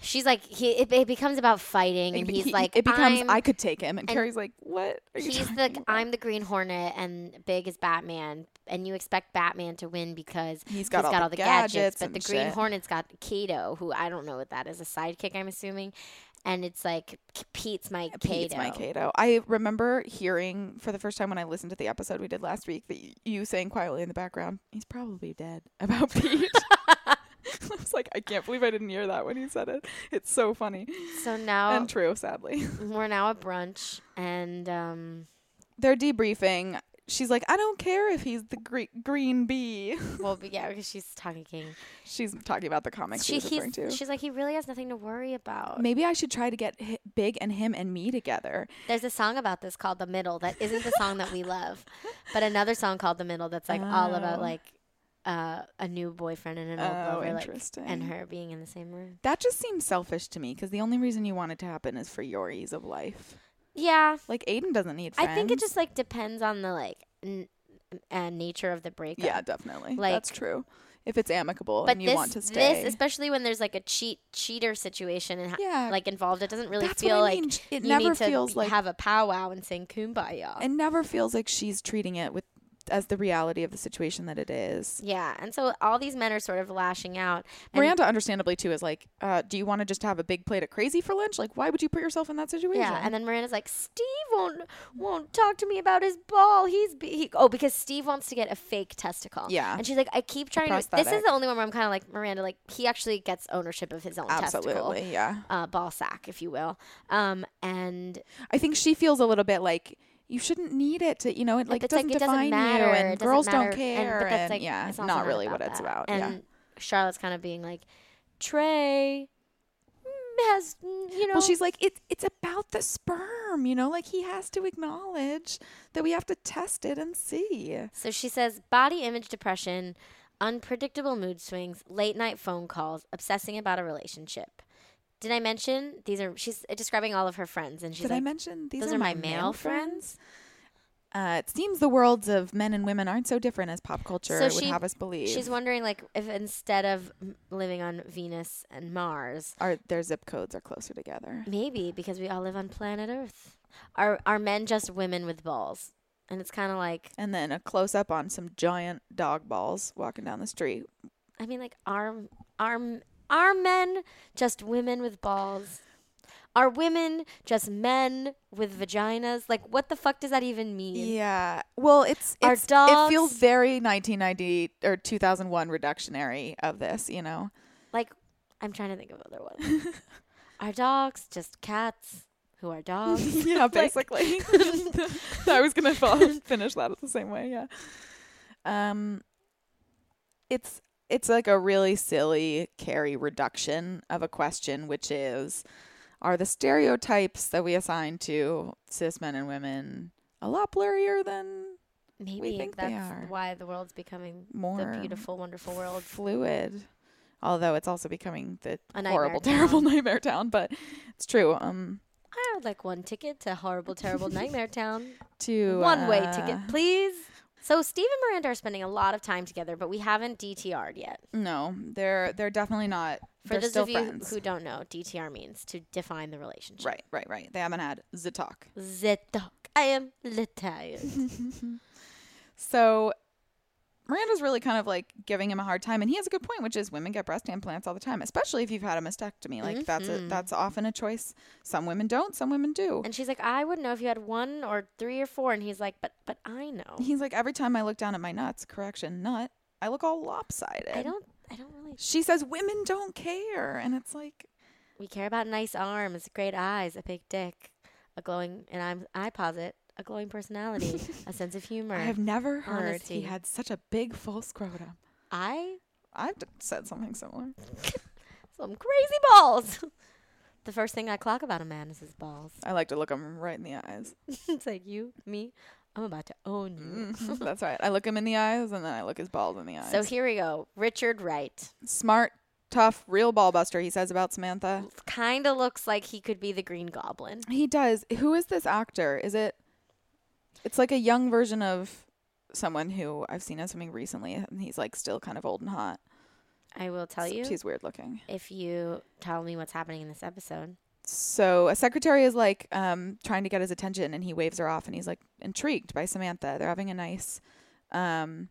[SPEAKER 3] She's like, he it, it becomes about fighting,
[SPEAKER 4] It
[SPEAKER 3] and
[SPEAKER 4] be-
[SPEAKER 3] he's
[SPEAKER 4] he-
[SPEAKER 3] like,
[SPEAKER 4] it becomes
[SPEAKER 3] I'm,
[SPEAKER 4] I could take him and,
[SPEAKER 3] and
[SPEAKER 4] Carrie's like, "What are you
[SPEAKER 3] he's
[SPEAKER 4] talking
[SPEAKER 3] the
[SPEAKER 4] about?"
[SPEAKER 3] I'm the Green Hornet, and Big is Batman, and you expect Batman to win because
[SPEAKER 4] He's got all the gadgets
[SPEAKER 3] but
[SPEAKER 4] and
[SPEAKER 3] the Green
[SPEAKER 4] shit.
[SPEAKER 3] Hornet's got Kato, who I don't know what that is, a sidekick, I'm assuming, and it's like K- Pete's my Kato.
[SPEAKER 4] Pete's my Kato. I remember hearing for the first time when I listened to the episode we did last week that y- you saying quietly in the background, "He's probably dead." About Pete, I was like, I can't believe I didn't hear that when he said it. It's so funny
[SPEAKER 3] So now
[SPEAKER 4] and true. Sadly,
[SPEAKER 3] we're now at brunch, and um,
[SPEAKER 4] they're debriefing. She's like, I don't care if he's the gre- green bee.
[SPEAKER 3] well, but yeah, because she's talking King.
[SPEAKER 4] She's talking about the comics she,
[SPEAKER 3] She,
[SPEAKER 4] was referring
[SPEAKER 3] he's,
[SPEAKER 4] to.
[SPEAKER 3] she's like, he really has nothing to worry about.
[SPEAKER 4] Maybe I should try to get hi- Big and him and me together.
[SPEAKER 3] There's a song about this called The Middle that isn't the song that we love, but another song called The Middle that's like all about
[SPEAKER 4] Oh.
[SPEAKER 3] like uh, a new boyfriend and an
[SPEAKER 4] Oh,
[SPEAKER 3] old lover, like, and
[SPEAKER 4] interesting.
[SPEAKER 3] her being in the same room.
[SPEAKER 4] That just seems selfish to me because the only reason you want it to happen is for your ease of life.
[SPEAKER 3] Yeah,
[SPEAKER 4] Like Aiden doesn't need friends.
[SPEAKER 3] I think it just like depends on the like n- uh, nature of the breakup.
[SPEAKER 4] Yeah, definitely.
[SPEAKER 3] Like-
[SPEAKER 4] That's true. If it's amicable
[SPEAKER 3] But
[SPEAKER 4] and you
[SPEAKER 3] this,
[SPEAKER 4] want to stay.
[SPEAKER 3] this, especially when there's like a cheat cheater situation and ha-
[SPEAKER 4] Yeah.
[SPEAKER 3] like involved, it doesn't really
[SPEAKER 4] That's what
[SPEAKER 3] feel
[SPEAKER 4] I
[SPEAKER 3] like
[SPEAKER 4] mean. Sh- it
[SPEAKER 3] you
[SPEAKER 4] never
[SPEAKER 3] need to
[SPEAKER 4] feels
[SPEAKER 3] be-
[SPEAKER 4] like-
[SPEAKER 3] have a powwow and sing kumbaya.
[SPEAKER 4] it never feels like she's treating it with as the reality of the situation that it is.
[SPEAKER 3] yeah, and so all these men are sort of lashing out. and-
[SPEAKER 4] Miranda, understandably too, is like, uh, "Do you want to just have a big plate of crazy for lunch? Like, why would you put yourself in that situation?"
[SPEAKER 3] Yeah, and then Miranda's like, Steve won't won't talk to me about his ball. He's be- he, oh because Steve wants to get a fake testicle.
[SPEAKER 4] Yeah.
[SPEAKER 3] and she's like, I keep trying to. This is
[SPEAKER 4] prosthetic.
[SPEAKER 3] the only one where I'm kind of like Miranda, like he actually gets ownership of his own
[SPEAKER 4] absolutely,
[SPEAKER 3] testicle,
[SPEAKER 4] yeah.
[SPEAKER 3] uh, ball sack, if you will. Um, and
[SPEAKER 4] I think she feels a little bit like you shouldn't need it to, you know, it like
[SPEAKER 3] it's
[SPEAKER 4] doesn't
[SPEAKER 3] it
[SPEAKER 4] define
[SPEAKER 3] matter,
[SPEAKER 4] you,
[SPEAKER 3] it
[SPEAKER 4] and
[SPEAKER 3] doesn't
[SPEAKER 4] girls don't
[SPEAKER 3] matter,
[SPEAKER 4] care,
[SPEAKER 3] but
[SPEAKER 4] and,
[SPEAKER 3] that's, like,
[SPEAKER 4] yeah,
[SPEAKER 3] it's also
[SPEAKER 4] not really what
[SPEAKER 3] about
[SPEAKER 4] it's
[SPEAKER 3] that.
[SPEAKER 4] about. yeah.
[SPEAKER 3] And Charlotte's kind of being like, Trey mm, has mm, you know
[SPEAKER 4] Well, she's like, it, it's about the sperm, you know, like he has to acknowledge that we have to test it and see.
[SPEAKER 3] So she says body image depression, unpredictable mood swings, late night phone calls, obsessing about a relationship. Did I mention these are she's describing all of her friends and she's
[SPEAKER 4] Did I
[SPEAKER 3] like
[SPEAKER 4] mention these
[SPEAKER 3] those
[SPEAKER 4] are, my, male friends? Uh, it seems the worlds of men and women aren't so different as pop culture would
[SPEAKER 3] she-
[SPEAKER 4] have us believe.
[SPEAKER 3] She's wondering like if instead of m- living on Venus and Mars,
[SPEAKER 4] Our, their zip codes are closer together.
[SPEAKER 3] maybe because we all live on planet Earth, are are men just women with balls? And it's kind of like
[SPEAKER 4] And then a close up on some giant dog balls walking down the street.
[SPEAKER 3] I mean, like, are are are men just women with balls? Are women just men with vaginas? Like, what the fuck does that even mean?
[SPEAKER 4] Yeah. Well, it's,
[SPEAKER 3] Our
[SPEAKER 4] it's it feels
[SPEAKER 3] dogs-
[SPEAKER 4] very 1990 or 2001 reductionary of this, you know.
[SPEAKER 3] Like, I'm trying to think of other ones. are dogs just cats who are dogs?
[SPEAKER 4] yeah, basically. I was gonna follow, finish that the same way. Yeah. Um, it's it's like a really silly carry reduction of a question, which is, are the stereotypes that we assign to cis men and women a lot blurrier than
[SPEAKER 3] Maybe
[SPEAKER 4] think they
[SPEAKER 3] that's
[SPEAKER 4] are.
[SPEAKER 3] why the world's becoming
[SPEAKER 4] More
[SPEAKER 3] the beautiful, wonderful world.
[SPEAKER 4] fluid? Although it's also becoming the
[SPEAKER 3] A nightmare
[SPEAKER 4] horrible,
[SPEAKER 3] town.
[SPEAKER 4] terrible nightmare town, but it's true. Um,
[SPEAKER 3] I I would like one ticket to Horrible, Terrible Nightmare Town.
[SPEAKER 4] To
[SPEAKER 3] One way
[SPEAKER 4] uh,
[SPEAKER 3] ticket, please. So Steve and Miranda are spending a lot of time together, but we haven't DTR'd yet.
[SPEAKER 4] No, they're they're definitely not.
[SPEAKER 3] For
[SPEAKER 4] they're
[SPEAKER 3] those
[SPEAKER 4] still
[SPEAKER 3] of you
[SPEAKER 4] friends.
[SPEAKER 3] who don't know, DTR means to define the relationship.
[SPEAKER 4] right, right, right. They haven't had the talk.
[SPEAKER 3] The talk. I am the tired.
[SPEAKER 4] So Miranda's really kind of like giving him a hard time, and he has a good point, which is women get breast implants all the time, especially if you've had a mastectomy. Like that's
[SPEAKER 3] Mm-hmm.
[SPEAKER 4] a, that's often a choice. Some women don't, some women do.
[SPEAKER 3] and she's like, I would know if you had one or three or four. And he's like, but but I know.
[SPEAKER 4] He's like, every time I look down at my nuts, correction, nut, I look all lopsided.
[SPEAKER 3] I don't. I don't really.
[SPEAKER 4] She says women don't care, and it's like,
[SPEAKER 3] We care about nice arms, great eyes, a big dick, a glowing, and I'm I posit a glowing personality, a sense of humor.
[SPEAKER 4] I have never heard
[SPEAKER 3] honesty.
[SPEAKER 4] he had such a big full scrotum.
[SPEAKER 3] I
[SPEAKER 4] I've d- said something similar.
[SPEAKER 3] some crazy balls. the first thing I clock about a man is his balls.
[SPEAKER 4] I like to look him right in the eyes.
[SPEAKER 3] it's like you, me, I'm about to own you.
[SPEAKER 4] That's right. I look him in the eyes, and then I look his balls in the eyes.
[SPEAKER 3] So here we go. Richard Wright.
[SPEAKER 4] smart, tough, real ball buster. He says about Samantha.
[SPEAKER 3] Kind of looks like he could be the Green Goblin.
[SPEAKER 4] He does. Who is this actor? Is it? It's like a young version of someone who I've seen in something recently, and he's like still kind of old and hot.
[SPEAKER 3] I will tell
[SPEAKER 4] So
[SPEAKER 3] you
[SPEAKER 4] she's weird looking.
[SPEAKER 3] if you tell me what's happening in this episode.
[SPEAKER 4] So a secretary is like um, trying to get his attention, and he waves her off, and he's like intrigued by Samantha. They're having a nice um,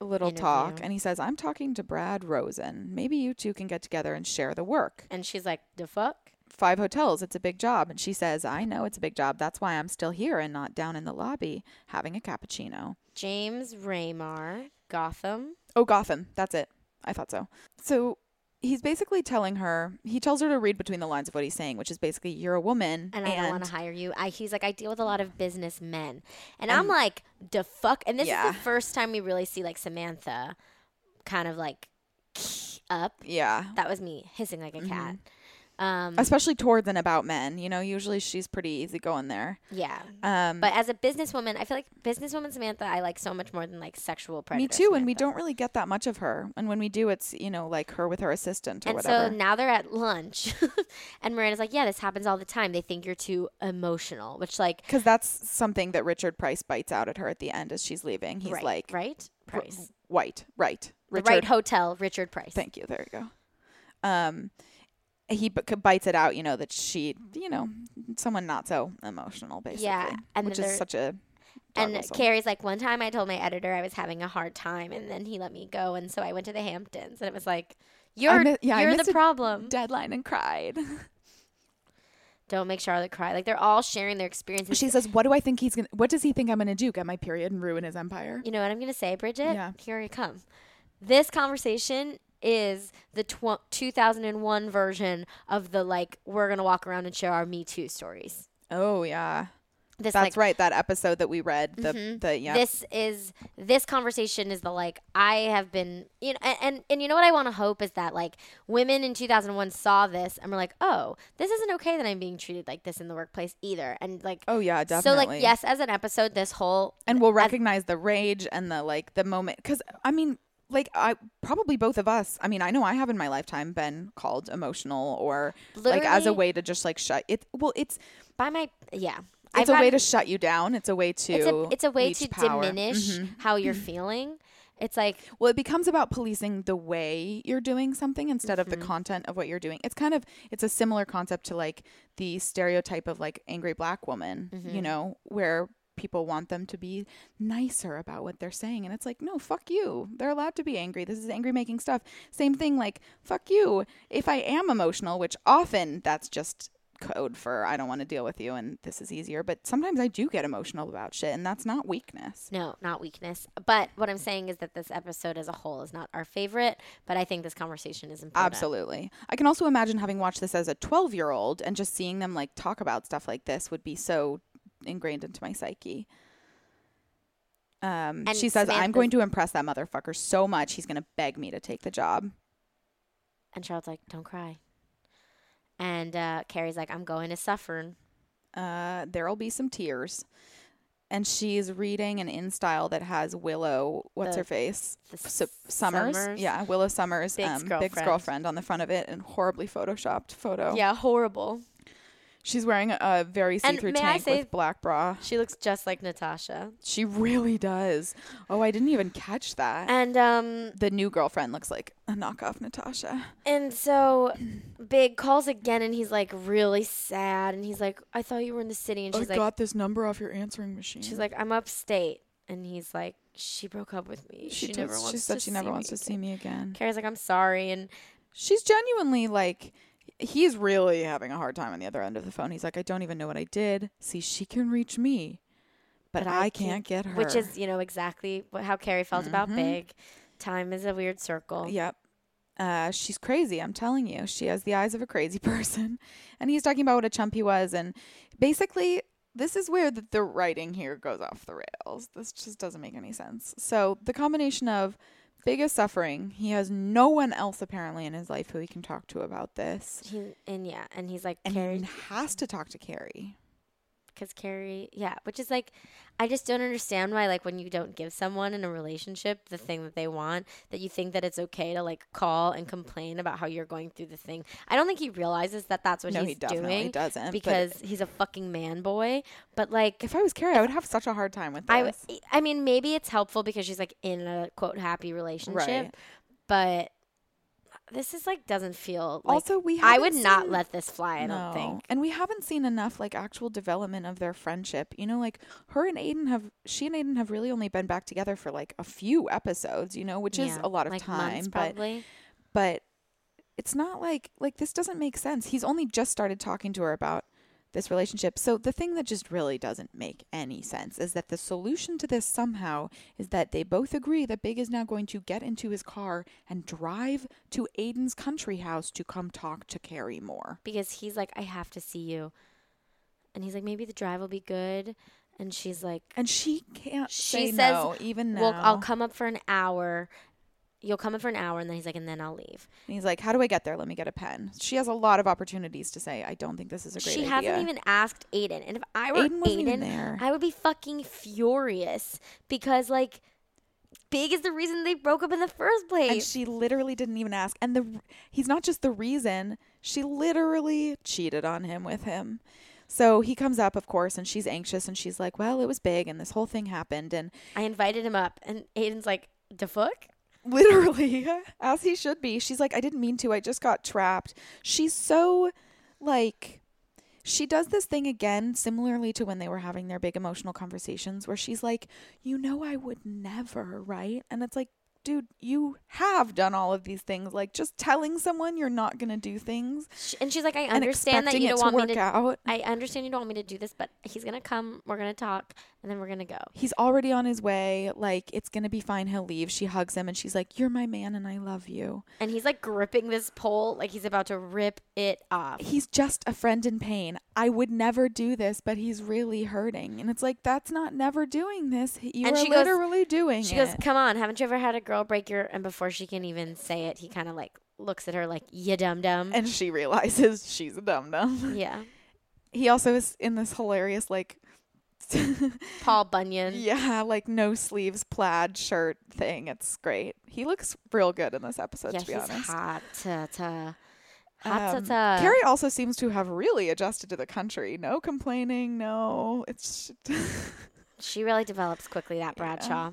[SPEAKER 4] little talk,
[SPEAKER 3] Interview.
[SPEAKER 4] and he says, "I'm talking to Brad Rosen. Maybe you two can get together and share the work."
[SPEAKER 3] And she's like, the fuck?
[SPEAKER 4] five hotels. It's a big job. And she says, I know it's a big job. That's why I'm still here and not down in the lobby having a cappuccino.
[SPEAKER 3] James Raymar, Gotham.
[SPEAKER 4] Oh, Gotham. That's it. I thought so. So he's basically telling her, he tells her to read between the lines of what he's saying, which is basically, you're a woman.
[SPEAKER 3] and, I don't want to hire you. I, he's like, I deal with a lot of businessmen, and I'm like, the fuck. And this is
[SPEAKER 4] Yeah.
[SPEAKER 3] the first time we really see like Samantha, kind of like up.
[SPEAKER 4] Yeah.
[SPEAKER 3] That was me hissing like a
[SPEAKER 4] Mm-hmm.
[SPEAKER 3] cat. Um,
[SPEAKER 4] Especially toward and about men. You know, usually she's pretty easy going there.
[SPEAKER 3] yeah.
[SPEAKER 4] Um,
[SPEAKER 3] But as a businesswoman, I feel like businesswoman Samantha, I like so much more than like sexual predator.
[SPEAKER 4] me too. And we
[SPEAKER 3] Samantha.
[SPEAKER 4] don't really get that much of her. And when we do, it's, you know, like her with her assistant or
[SPEAKER 3] And
[SPEAKER 4] whatever.
[SPEAKER 3] so now they're at lunch, and Miranda's like, "Yeah, this happens all the time. They think you're too emotional," which like,
[SPEAKER 4] because that's something that Richard Price bites out at her at the end as she's leaving. He's
[SPEAKER 3] right,
[SPEAKER 4] like,
[SPEAKER 3] right,
[SPEAKER 4] Pr-
[SPEAKER 3] Price,
[SPEAKER 4] White, right.
[SPEAKER 3] the right hotel, Richard Price.
[SPEAKER 4] Thank you. There you go. Um, he b- c- bites it out, you know, that she, you know, someone not so emotional, basically.
[SPEAKER 3] Yeah, and
[SPEAKER 4] which
[SPEAKER 3] they're-
[SPEAKER 4] is such a. dog
[SPEAKER 3] And
[SPEAKER 4] whistle.
[SPEAKER 3] Carrie's like, one time I told my editor I was having a hard time, and then he let me go, and so I went to the Hamptons, and it was like,
[SPEAKER 4] I
[SPEAKER 3] you're
[SPEAKER 4] mi- yeah, I
[SPEAKER 3] you're
[SPEAKER 4] missed
[SPEAKER 3] the
[SPEAKER 4] a
[SPEAKER 3] problem.
[SPEAKER 4] Deadline and cried.
[SPEAKER 3] Don't make Charlotte cry. Like they're all sharing their experiences.
[SPEAKER 4] she says, "What do I think he's gonna? What does he think I'm gonna do? Get my period and ruin his empire?"
[SPEAKER 3] you know what I'm gonna say, Bridget?
[SPEAKER 4] Yeah.
[SPEAKER 3] Here you come. This conversation is the tw- 2001 version of the like we're gonna walk around and share our Me Too stories.
[SPEAKER 4] Oh yeah, that's
[SPEAKER 3] This like, Mm-hmm.
[SPEAKER 4] right. That episode that we read. The the yeah.
[SPEAKER 3] this is this conversation is the like I have been you know and and, and you know what I want to hope is that like women in 2001 saw this and were like oh this isn't okay that I'm being treated like this in the workplace either and like
[SPEAKER 4] oh yeah,
[SPEAKER 3] so
[SPEAKER 4] definitely.
[SPEAKER 3] like yes as an episode this whole
[SPEAKER 4] and we'll recognize the rage and the like the moment because i mean like i probably both of us i mean i know i have in my lifetime been called emotional or like as a
[SPEAKER 3] Literally-
[SPEAKER 4] way to just like shut it well it's
[SPEAKER 3] by my yeah
[SPEAKER 4] it's
[SPEAKER 3] I've
[SPEAKER 4] a way
[SPEAKER 3] gotten-
[SPEAKER 4] to shut you down it's a way to
[SPEAKER 3] it's a, it's a way
[SPEAKER 4] leech
[SPEAKER 3] to
[SPEAKER 4] power.
[SPEAKER 3] diminish
[SPEAKER 4] Mhm.
[SPEAKER 3] how you're feeling it's like
[SPEAKER 4] well it becomes about policing the way you're doing something instead of the content of what you're doing it's kind of it's a similar concept to like the stereotype of like angry black woman you know where people want them to be nicer about what they're saying and it's like no fuck you they're allowed to be angry this is angry making stuff same thing like fuck you if i am emotional which often that's just code for i don't want to deal with you and this is easier but sometimes i do get emotional about shit and that's not weakness
[SPEAKER 3] No, not weakness. But what I'm saying is that this episode as a whole is not our favorite, but I think this conversation is important.
[SPEAKER 4] Absolutely. I can also imagine having watched this as a 12 year old and just seeing them like talk about stuff like this would be so ingrained into my psyche. Um,
[SPEAKER 3] And
[SPEAKER 4] she says, I'm
[SPEAKER 3] Samantha's-
[SPEAKER 4] going to impress that motherfucker so much, he's going to beg me to take the job.
[SPEAKER 3] And Charlotte's like, don't cry. And uh, Carrie's like, I'm going to Suffern.
[SPEAKER 4] Uh, there'll be some tears. And she's reading an in style that has Willow, what's
[SPEAKER 3] The-
[SPEAKER 4] her face?
[SPEAKER 3] the
[SPEAKER 4] Su- Summers?
[SPEAKER 3] Summers?
[SPEAKER 4] Yeah, Willow Summers,
[SPEAKER 3] Big's
[SPEAKER 4] um, Big's
[SPEAKER 3] girlfriend.
[SPEAKER 4] girlfriend on the front of it and horribly photoshopped photo.
[SPEAKER 3] Yeah, horrible.
[SPEAKER 4] She's wearing a very
[SPEAKER 3] And
[SPEAKER 4] see-through
[SPEAKER 3] may I
[SPEAKER 4] tank
[SPEAKER 3] say-
[SPEAKER 4] with black bra.
[SPEAKER 3] She looks just like Natasha.
[SPEAKER 4] She really does. Oh, I didn't even catch that.
[SPEAKER 3] And um
[SPEAKER 4] the new girlfriend looks like a knockoff Natasha.
[SPEAKER 3] and so Big calls again and he's like really sad and he's like, I thought you were in the city and
[SPEAKER 4] Oh, I
[SPEAKER 3] she's like
[SPEAKER 4] got this number off your answering machine.
[SPEAKER 3] she's like, I'm upstate and he's like, She broke up with me. She,
[SPEAKER 4] she,
[SPEAKER 3] never
[SPEAKER 4] does-
[SPEAKER 3] wants
[SPEAKER 4] she said
[SPEAKER 3] to
[SPEAKER 4] she never
[SPEAKER 3] see
[SPEAKER 4] wants
[SPEAKER 3] me
[SPEAKER 4] to see me again.
[SPEAKER 3] Kara's like, I'm sorry and
[SPEAKER 4] She's genuinely like, he's really having a hard time on the other end of the phone. He's like, I don't even know what I did. See, she can reach me, but, I, can't, get her.
[SPEAKER 3] Which is, you know, exactly what, how Carrie felt about
[SPEAKER 4] Mhm.
[SPEAKER 3] Big. Time is a weird circle.
[SPEAKER 4] Yep. Uh, she's crazy. I'm telling you. She has the eyes of a crazy person. And he's talking about what a chump he was. And basically, this is where the, the writing here goes off the rails. This just doesn't make any sense. So, the combination of biggest suffering, he has no one else apparently in his life who he can talk to about this.
[SPEAKER 3] He, and yeah, and he's like,
[SPEAKER 4] And
[SPEAKER 3] Carrie,
[SPEAKER 4] he has to talk to Carrie.
[SPEAKER 3] because Carrie, yeah, which is like, I just don't understand why, like, when you don't give someone in a relationship the thing that they want, that you think that it's okay to like call and complain about how you're going through the thing. I don't think he realizes that that's what
[SPEAKER 4] no,
[SPEAKER 3] he's
[SPEAKER 4] he definitely
[SPEAKER 3] doing
[SPEAKER 4] doesn't. but
[SPEAKER 3] because he's a fucking man boy. But like,
[SPEAKER 4] if I was Carrie, I would have such a hard time with this.
[SPEAKER 3] I, w- I mean, maybe it's helpful because she's like in a quote happy relationship,
[SPEAKER 4] Right.
[SPEAKER 3] but this is like doesn't feel like
[SPEAKER 4] Also, we
[SPEAKER 3] I would
[SPEAKER 4] haven't
[SPEAKER 3] not
[SPEAKER 4] seen-
[SPEAKER 3] let this fly. I don't think.
[SPEAKER 4] And we haven't seen enough like actual development of their friendship. You know, like her and Aiden have she and Aiden have really only been back together for like a few episodes, you know, which is
[SPEAKER 3] Yeah,
[SPEAKER 4] a lot of
[SPEAKER 3] like
[SPEAKER 4] time.
[SPEAKER 3] months,
[SPEAKER 4] but
[SPEAKER 3] probably.
[SPEAKER 4] but it's not like like this doesn't make sense. He's only just started talking to her about this relationship. So the thing that just really doesn't make any sense is that the solution to this somehow is that they both agree that Big is now going to get into his car and drive to Aiden's country house to come talk to Carrie Moore.
[SPEAKER 3] because he's like, I have to see you, and he's like, maybe the drive will be good, and she's like,
[SPEAKER 4] And she can't
[SPEAKER 3] she
[SPEAKER 4] she say
[SPEAKER 3] says,
[SPEAKER 4] no, even now.
[SPEAKER 3] well, I'll come up for an hour. You'll come up for an hour, and then he's like, and then I'll leave.
[SPEAKER 4] And he's like, how do I get there? Let me get a pen. She has a lot of opportunities to say, I don't think this is a great
[SPEAKER 3] she
[SPEAKER 4] idea.
[SPEAKER 3] hasn't even asked Aiden, and if I were
[SPEAKER 4] Aiden
[SPEAKER 3] Aiden,
[SPEAKER 4] wasn't even there.
[SPEAKER 3] I would be fucking furious because like, Big is the reason they broke up in the first place.
[SPEAKER 4] and she literally didn't even ask. And the he's not just the reason. She literally cheated on him with him. So he comes up, of course, and she's anxious and she's like, Well, it was big and this whole thing happened and
[SPEAKER 3] I invited him up, and Aiden's like, "The fuck?"
[SPEAKER 4] literally as he should be she's like i didn't mean to i just got trapped she's so like she does this thing again similarly to when they were having their big emotional conversations where she's like you know i would never right and it's like dude you have done all of these things like just telling someone you're not going to do things
[SPEAKER 3] Sh- And she's like, "I understand that
[SPEAKER 4] expecting
[SPEAKER 3] you
[SPEAKER 4] it
[SPEAKER 3] don't
[SPEAKER 4] to
[SPEAKER 3] want me
[SPEAKER 4] work
[SPEAKER 3] to.
[SPEAKER 4] out.
[SPEAKER 3] I understand you don't want me to do this, but he's gonna come. We're gonna talk, and then we're gonna go."
[SPEAKER 4] he's already on his way like it's going to be fine he'll leave she hugs him and she's like you're my man and i love you
[SPEAKER 3] And he's like gripping this pole, like he's about to rip it off.
[SPEAKER 4] he's just a friend in pain. I would never do this, but he's really hurting. And it's like that's not never doing this. You
[SPEAKER 3] And
[SPEAKER 4] are
[SPEAKER 3] she goes-
[SPEAKER 4] literally doing
[SPEAKER 3] She
[SPEAKER 4] it.
[SPEAKER 3] goes, "Come on, haven't you ever had a girl break your?" And before she can even say it, he kind of like looks at her like, "You dum dum."
[SPEAKER 4] and she realizes she's a dum dum.
[SPEAKER 3] Yeah,
[SPEAKER 4] He also is in this hilarious like
[SPEAKER 3] Paul Bunyan.
[SPEAKER 4] yeah, like no sleeves plaid shirt thing. It's great. He looks real good in this episode
[SPEAKER 3] yeah,
[SPEAKER 4] to be
[SPEAKER 3] he's
[SPEAKER 4] honest.
[SPEAKER 3] hot, ta, ta. hot,
[SPEAKER 4] Um,
[SPEAKER 3] ta, ta.
[SPEAKER 4] Carrie also seems to have really adjusted to the country. No complaining, no. It's
[SPEAKER 3] She really develops quickly. That Bradshaw.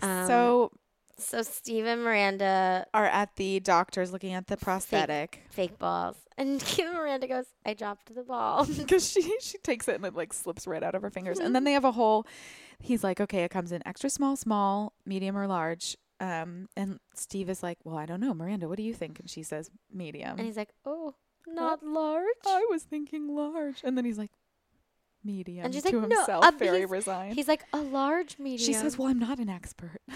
[SPEAKER 3] Um,
[SPEAKER 4] so
[SPEAKER 3] So Steve and Miranda
[SPEAKER 4] are at the doctors looking at the prosthetic.
[SPEAKER 3] fake balls. And Kim Miranda goes, I dropped the ball.
[SPEAKER 4] because Um, she she takes it and it like slips right out of her fingers and
[SPEAKER 3] Mm-hmm.
[SPEAKER 4] then they have a whole he's like okay it comes in extra small small medium or large um and steve is like well i don't know miranda what do you think and she says medium
[SPEAKER 3] and he's like, Oh, not large.
[SPEAKER 4] i was thinking large and then he's like medium
[SPEAKER 3] she's
[SPEAKER 4] to
[SPEAKER 3] like, "No,
[SPEAKER 4] himself
[SPEAKER 3] uh,
[SPEAKER 4] very
[SPEAKER 3] he's-
[SPEAKER 4] resigned
[SPEAKER 3] He's like, A large medium.
[SPEAKER 4] she says well i'm not an expert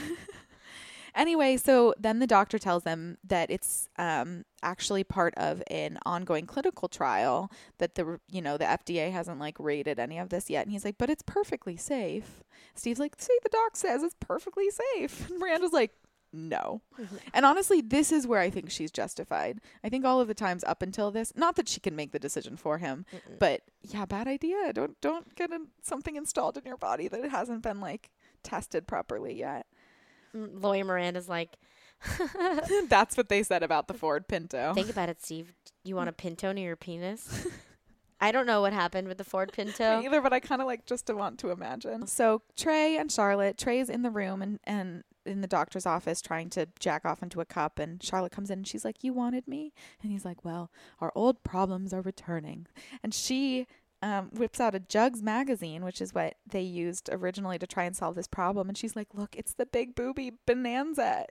[SPEAKER 4] anyway so then the doctor tells them that it's um, actually part of an ongoing clinical trial that the you know the fda hasn't like rated any of this yet and he's like but it's perfectly safe steve's like see the doc says it's perfectly safe and miranda's like no. And honestly, this is where I think she's justified. I think all of the times up until this, not that she can make the decision for him,
[SPEAKER 3] Mm,
[SPEAKER 4] but yeah, bad idea. Don't don't get in, something installed in your body that it hasn't been like tested properly yet.
[SPEAKER 3] Mm, Lawyer Miranda's like,
[SPEAKER 4] That's what they said about the Ford Pinto.
[SPEAKER 3] Think about it, Steve. You want a pinto near your penis? I don't know what happened with the Ford Pinto.
[SPEAKER 4] either, but I kind of like just to want to imagine. So Trey and Charlotte, Trey's in the room and, and in the doctor's office trying to jack off into a cup. And Charlotte comes in and she's like, You wanted me? And he's like, Well, our old problems are returning. And she um, whips out a Jugs magazine, which is what they used originally to try and solve this problem. And she's like, Look, it's the big booby bonanza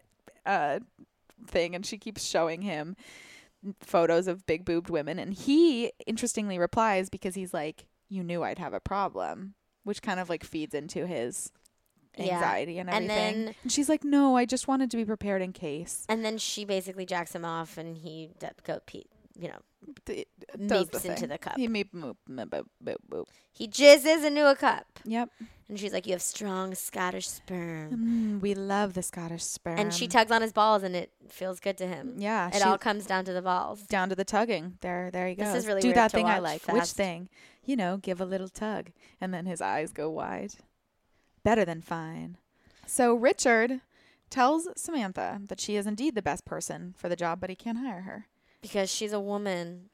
[SPEAKER 4] uh, thing. And she keeps showing him photos of big boobed women and he interestingly replies because he's like you knew I'd have a problem which kind of like feeds into his
[SPEAKER 3] Yeah.
[SPEAKER 4] anxiety and
[SPEAKER 3] And
[SPEAKER 4] everything and,
[SPEAKER 3] then-
[SPEAKER 4] she's like no I just wanted to be prepared in case
[SPEAKER 3] And then she basically jacks him off, and he d- go pe- you know
[SPEAKER 4] It does
[SPEAKER 3] Meeps into
[SPEAKER 4] thing.
[SPEAKER 3] the cup.
[SPEAKER 4] he meep moop moop boop boop boop
[SPEAKER 3] he jizzes into a cup,
[SPEAKER 4] yep
[SPEAKER 3] and she's like, "You have strong Scottish sperm,"
[SPEAKER 4] Mm, we love the Scottish sperm
[SPEAKER 3] and she tugs on his balls, and it feels good to him.
[SPEAKER 4] Um, Yeah,
[SPEAKER 3] it
[SPEAKER 4] she-
[SPEAKER 3] all comes down to the balls.
[SPEAKER 4] down to the tugging there there you go
[SPEAKER 3] This is really
[SPEAKER 4] do
[SPEAKER 3] weird
[SPEAKER 4] that
[SPEAKER 3] to
[SPEAKER 4] thing I
[SPEAKER 3] watch
[SPEAKER 4] like which
[SPEAKER 3] fast.
[SPEAKER 4] thing you know give a little tug and then his eyes go wide better than fine. So Richard tells Samantha that she is indeed the best person for the job, but he can't hire her.
[SPEAKER 3] Because she's a woman.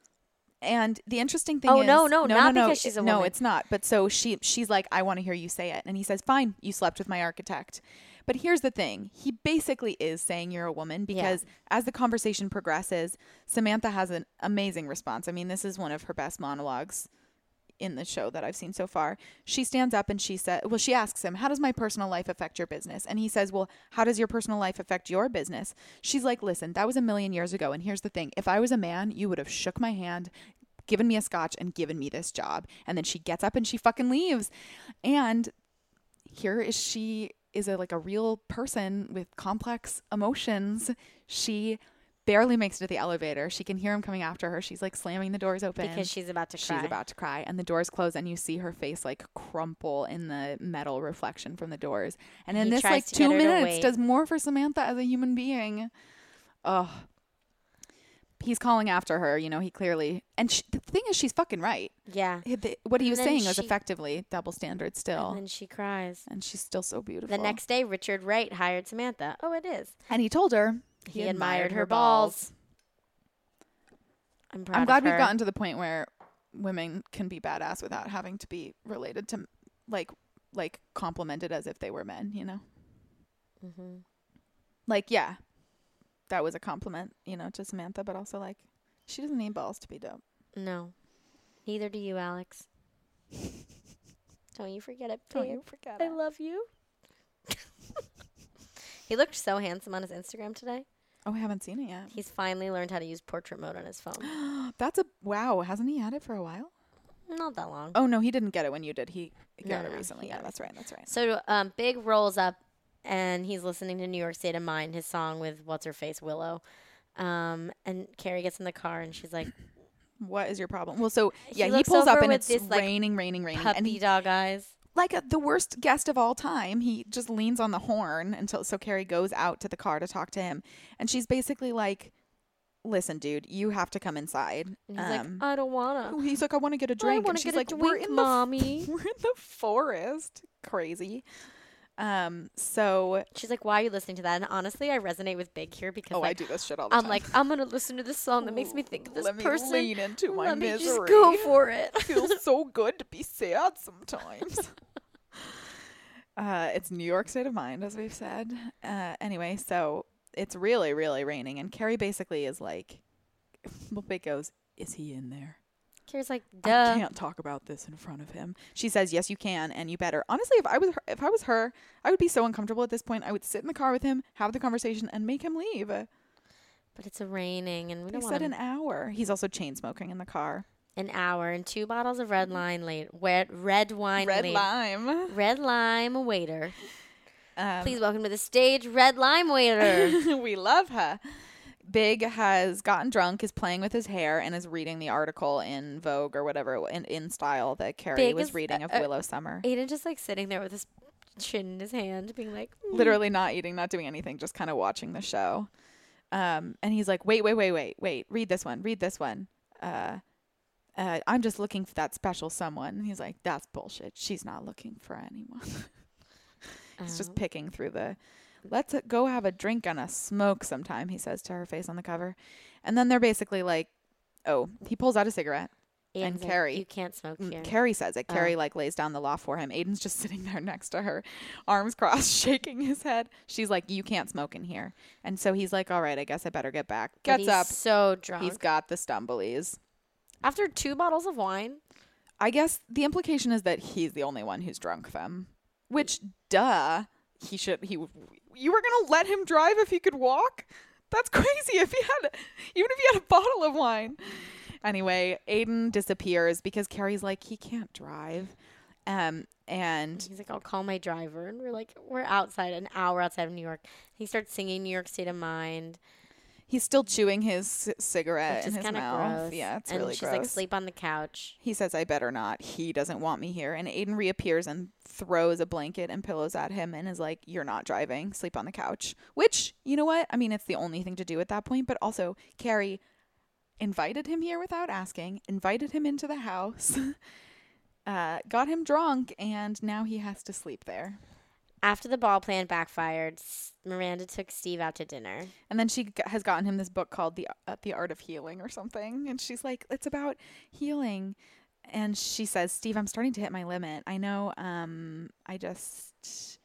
[SPEAKER 4] And the interesting thing
[SPEAKER 3] Oh,
[SPEAKER 4] is
[SPEAKER 3] no, no, not because she's a
[SPEAKER 4] no,
[SPEAKER 3] woman.
[SPEAKER 4] it's not. But so she she's like, I want to hear you say it. And he says, Fine, you slept with my architect. But here's the thing. He basically is saying you're a woman because as the conversation progresses, Samantha has an amazing response. I mean, this is one of her best monologues in the show that I've seen so far. She stands up and she said, Well, she asks him, How does my personal life affect your business? And he says, Well, how does your personal life affect your business? She's like, Listen, that was a million years ago. And here's the thing if I was a man, you would have shook my hand, given me a scotch, and given me this job. And then she gets up and she fucking leaves. And here is she is a like a real person with complex emotions. She barely makes it to the elevator. She can hear him coming after her. She's like slamming the doors open
[SPEAKER 3] Because she's about to cry.
[SPEAKER 4] she's about to cry and the doors close and you see her face like crumple in the metal reflection from the doors and in
[SPEAKER 3] He
[SPEAKER 4] this
[SPEAKER 3] tries
[SPEAKER 4] like
[SPEAKER 3] to get
[SPEAKER 4] two
[SPEAKER 3] her to
[SPEAKER 4] minutes
[SPEAKER 3] wait.
[SPEAKER 4] does more for samantha as a human being ugh he's calling after her you know he clearly and sh the thing is she's fucking right
[SPEAKER 3] Yeah.
[SPEAKER 4] He- the- what he
[SPEAKER 3] Mm. And
[SPEAKER 4] was
[SPEAKER 3] then
[SPEAKER 4] saying was
[SPEAKER 3] she-
[SPEAKER 4] effectively double standard still
[SPEAKER 3] And then
[SPEAKER 4] and,
[SPEAKER 3] she cries.
[SPEAKER 4] she's still so beautiful
[SPEAKER 3] The next day, Richard Wright hired Samantha. Oh, it is.
[SPEAKER 4] and he told her
[SPEAKER 3] He, admired, her balls. I'm proud.
[SPEAKER 4] i'm
[SPEAKER 3] of
[SPEAKER 4] glad we've
[SPEAKER 3] her.
[SPEAKER 4] gotten to the point where women can be badass without having to be related to like like complimented as if they were men you know
[SPEAKER 3] Mhm.
[SPEAKER 4] like yeah that was a compliment you know to samantha but also like she doesn't need balls to be dope
[SPEAKER 3] No, neither do you, Alex. Don't you forget it, babe.
[SPEAKER 4] Don't you forget
[SPEAKER 3] I
[SPEAKER 4] it.
[SPEAKER 3] love you. he looked so handsome on his Instagram today.
[SPEAKER 4] oh i haven't seen it yet
[SPEAKER 3] He's finally learned how to use portrait mode on his phone.
[SPEAKER 4] that's a wow hasn't he had it for a while
[SPEAKER 3] Not that long.
[SPEAKER 4] oh no he didn't get it when you did he got
[SPEAKER 3] No,
[SPEAKER 4] it
[SPEAKER 3] no,
[SPEAKER 4] recently
[SPEAKER 3] he
[SPEAKER 4] yeah
[SPEAKER 3] got it
[SPEAKER 4] that's right that's right
[SPEAKER 3] So um, Big rolls up and he's listening to New York State of Mind, his song with what's her face Willow. Um, and Carrie gets in the car and she's like
[SPEAKER 4] what is your problem well so yeah he,
[SPEAKER 3] looks
[SPEAKER 4] pulls up
[SPEAKER 3] over
[SPEAKER 4] and
[SPEAKER 3] with
[SPEAKER 4] it's
[SPEAKER 3] this, like,
[SPEAKER 4] raining raining raining and
[SPEAKER 3] puppy
[SPEAKER 4] he,
[SPEAKER 3] dog eyes.
[SPEAKER 4] like a, the worst guest of all time he just leans on the horn until so carrie goes out to the car to talk to him and she's basically like listen dude you have to come inside
[SPEAKER 3] And he's like, I don't wanna.
[SPEAKER 4] Oh, he's like, I want to get a drink.
[SPEAKER 3] wanna
[SPEAKER 4] and she's
[SPEAKER 3] get a
[SPEAKER 4] like, we're
[SPEAKER 3] drink,
[SPEAKER 4] in the f-
[SPEAKER 3] mommy."
[SPEAKER 4] we're in the forest. Crazy. Um. So,
[SPEAKER 3] She's like, Why are you listening to that? And honestly, I resonate with Big here because
[SPEAKER 4] oh,
[SPEAKER 3] like,
[SPEAKER 4] I do this shit all the
[SPEAKER 3] I'm
[SPEAKER 4] time.
[SPEAKER 3] like, I'm gonna listen to this song that makes me think of this
[SPEAKER 4] Let me
[SPEAKER 3] person.
[SPEAKER 4] lean into my
[SPEAKER 3] Let me
[SPEAKER 4] misery.
[SPEAKER 3] just go for it.
[SPEAKER 4] feels so good to be sad sometimes. uh, it's New York state of mind, as we've said. Uh, anyway, so it's really, really raining, and Carrie basically is like, well, Big goes, is he in there?
[SPEAKER 3] Carrie's like,
[SPEAKER 4] I
[SPEAKER 3] Duh.
[SPEAKER 4] can't talk about this in front of him. She says, "Yes, you can, and you better." Honestly, if I was her, if I was her, I would be so uncomfortable at this point. I would sit in the car with him, have the conversation, and make him leave. They
[SPEAKER 3] But it's raining, and we don't want
[SPEAKER 4] said
[SPEAKER 3] him-
[SPEAKER 4] an hour. He's also chain smoking in the car.
[SPEAKER 3] an hour and two bottles of red wine late. Red red wine.
[SPEAKER 4] Mm-hmm. Red
[SPEAKER 3] late.
[SPEAKER 4] lime.
[SPEAKER 3] Red lime waiter.
[SPEAKER 4] Um,
[SPEAKER 3] Please welcome to the stage, red lime waiter.
[SPEAKER 4] we love her. Big has gotten drunk, is playing with his hair, and is reading the article in Vogue or whatever in, in style that Carrie
[SPEAKER 3] Big
[SPEAKER 4] was
[SPEAKER 3] is-
[SPEAKER 4] reading of
[SPEAKER 3] uh, uh,
[SPEAKER 4] Willow Summer.
[SPEAKER 3] Aiden just like sitting there with his chin in his hand, being like, "Mm."
[SPEAKER 4] literally not eating, not doing anything, just kind of watching the show. Um, and he's like, wait, wait, wait, wait, wait, read this one, read this one. Uh, uh, I'm just looking for that special someone. And he's like, that's bullshit. She's not looking for anyone. he's
[SPEAKER 3] Oh,
[SPEAKER 4] just picking through the. Let's uh, go have a drink and a smoke sometime, he says to her face on the cover. And then they're basically like, oh, he pulls out a cigarette And
[SPEAKER 3] Aiden's like,
[SPEAKER 4] Carrie.
[SPEAKER 3] you can't smoke
[SPEAKER 4] Mm,
[SPEAKER 3] here. Oh.
[SPEAKER 4] Carrie says it. Carrie like lays down the law for him. Aiden's just sitting there next to her, arms crossed, shaking his head. She's like, "You can't smoke in here." And so he's like, "All right, I guess I better get back."
[SPEAKER 3] But
[SPEAKER 4] Gets
[SPEAKER 3] he's
[SPEAKER 4] up.
[SPEAKER 3] so drunk.
[SPEAKER 4] He's got the stumblies.
[SPEAKER 3] After two bottles of wine,
[SPEAKER 4] I guess the implication is that he's the only one who's drunk, femme. Which, duh, he should. He you were gonna let him drive if he could walk. That's crazy. If he had, even if he had a bottle of wine. Anyway, Aiden disappears because Carrie's like he can't drive, um, and
[SPEAKER 3] he's like, I'll call my driver. And we're like, we're outside, an hour outside of New York. He starts singing New York State of Mind.
[SPEAKER 4] he's still chewing his c-
[SPEAKER 3] Which
[SPEAKER 4] cigarette Uh, in
[SPEAKER 3] is
[SPEAKER 4] his
[SPEAKER 3] kind of
[SPEAKER 4] mouth.
[SPEAKER 3] gross.
[SPEAKER 4] Yeah, it's
[SPEAKER 3] and
[SPEAKER 4] really
[SPEAKER 3] she's
[SPEAKER 4] gross.
[SPEAKER 3] like, sleep on the couch.
[SPEAKER 4] He says, I better not. He doesn't want me here. And Aiden reappears and throws a blanket and pillows at him and is like, You're not driving. Sleep on the couch. Which, you know what? I mean, it's the only thing to do at that point. But also, Carrie invited him here without asking, invited him into the house, uh, got him drunk, and now he has to sleep there.
[SPEAKER 3] After the ball plan backfired, S- Miranda took Steve out to dinner.
[SPEAKER 4] And then she g- has gotten him this book called the uh, the Art of Healing or something, and she's like, it's about healing. And she says, Steve, I'm starting to hit my limit. I know. Um, I just.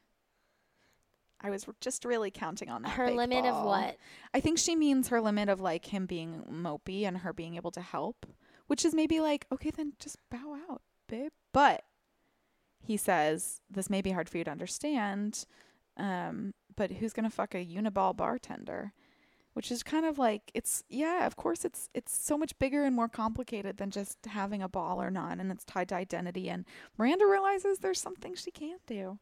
[SPEAKER 4] I was just really counting on that.
[SPEAKER 3] Her
[SPEAKER 4] fake
[SPEAKER 3] limit of
[SPEAKER 4] ball."
[SPEAKER 3] what?
[SPEAKER 4] I think she means her limit of like him being mopey and her being able to help, which is maybe like, okay, then just bow out, babe. But he says, this may be hard for you to understand, um, but who's going to fuck a uniball bartender? Which is kind of like it's yeah, of course it's it's so much bigger and more complicated than just having a ball or not, and it's tied to identity. And Miranda realizes there's something she can do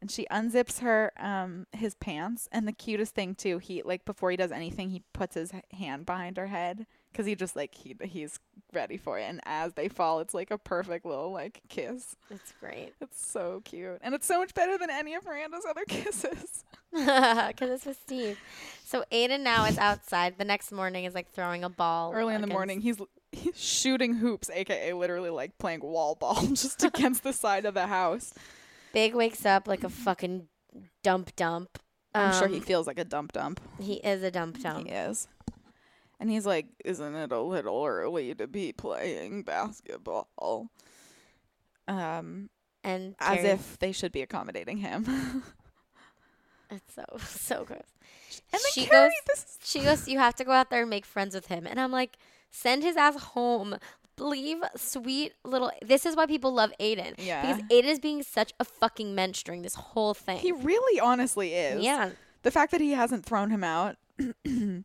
[SPEAKER 4] and she unzips her um his pants and the cutest thing too he like before he does anything he puts his h- hand behind her head because he just like he he's ready for it and as they fall it's like a perfect little like kiss
[SPEAKER 3] That's great.
[SPEAKER 4] it's so cute and it's so much better than any of miranda's other kisses
[SPEAKER 3] Because it's with Steve. So Aiden now is outside. The next morning is like throwing a ball.
[SPEAKER 4] early in the
[SPEAKER 3] against-
[SPEAKER 4] morning he's l- he's shooting hoops aka literally like playing wall ball just against the side of the house
[SPEAKER 3] Big wakes up like a fucking dump dump.
[SPEAKER 4] i'm sure he
[SPEAKER 3] Um,
[SPEAKER 4] feels like a dump dump
[SPEAKER 3] He is a dump dump.
[SPEAKER 4] He is. And he's like, Isn't it a little early to be playing basketball? Um,
[SPEAKER 3] And
[SPEAKER 4] as
[SPEAKER 3] Carrie-
[SPEAKER 4] if they should be accommodating him. and
[SPEAKER 3] it's so so gross.
[SPEAKER 4] then
[SPEAKER 3] She
[SPEAKER 4] Carrie,
[SPEAKER 3] goes-
[SPEAKER 4] this is
[SPEAKER 3] She goes, "You have to go out there and make friends with him." And I'm like, "Send his ass home. Leave sweet little." This is why people love Aiden.
[SPEAKER 4] Yeah.
[SPEAKER 3] Because Aiden is being such a fucking mensch during this whole thing.
[SPEAKER 4] he really honestly is.
[SPEAKER 3] yeah.
[SPEAKER 4] the fact that he hasn't thrown him out.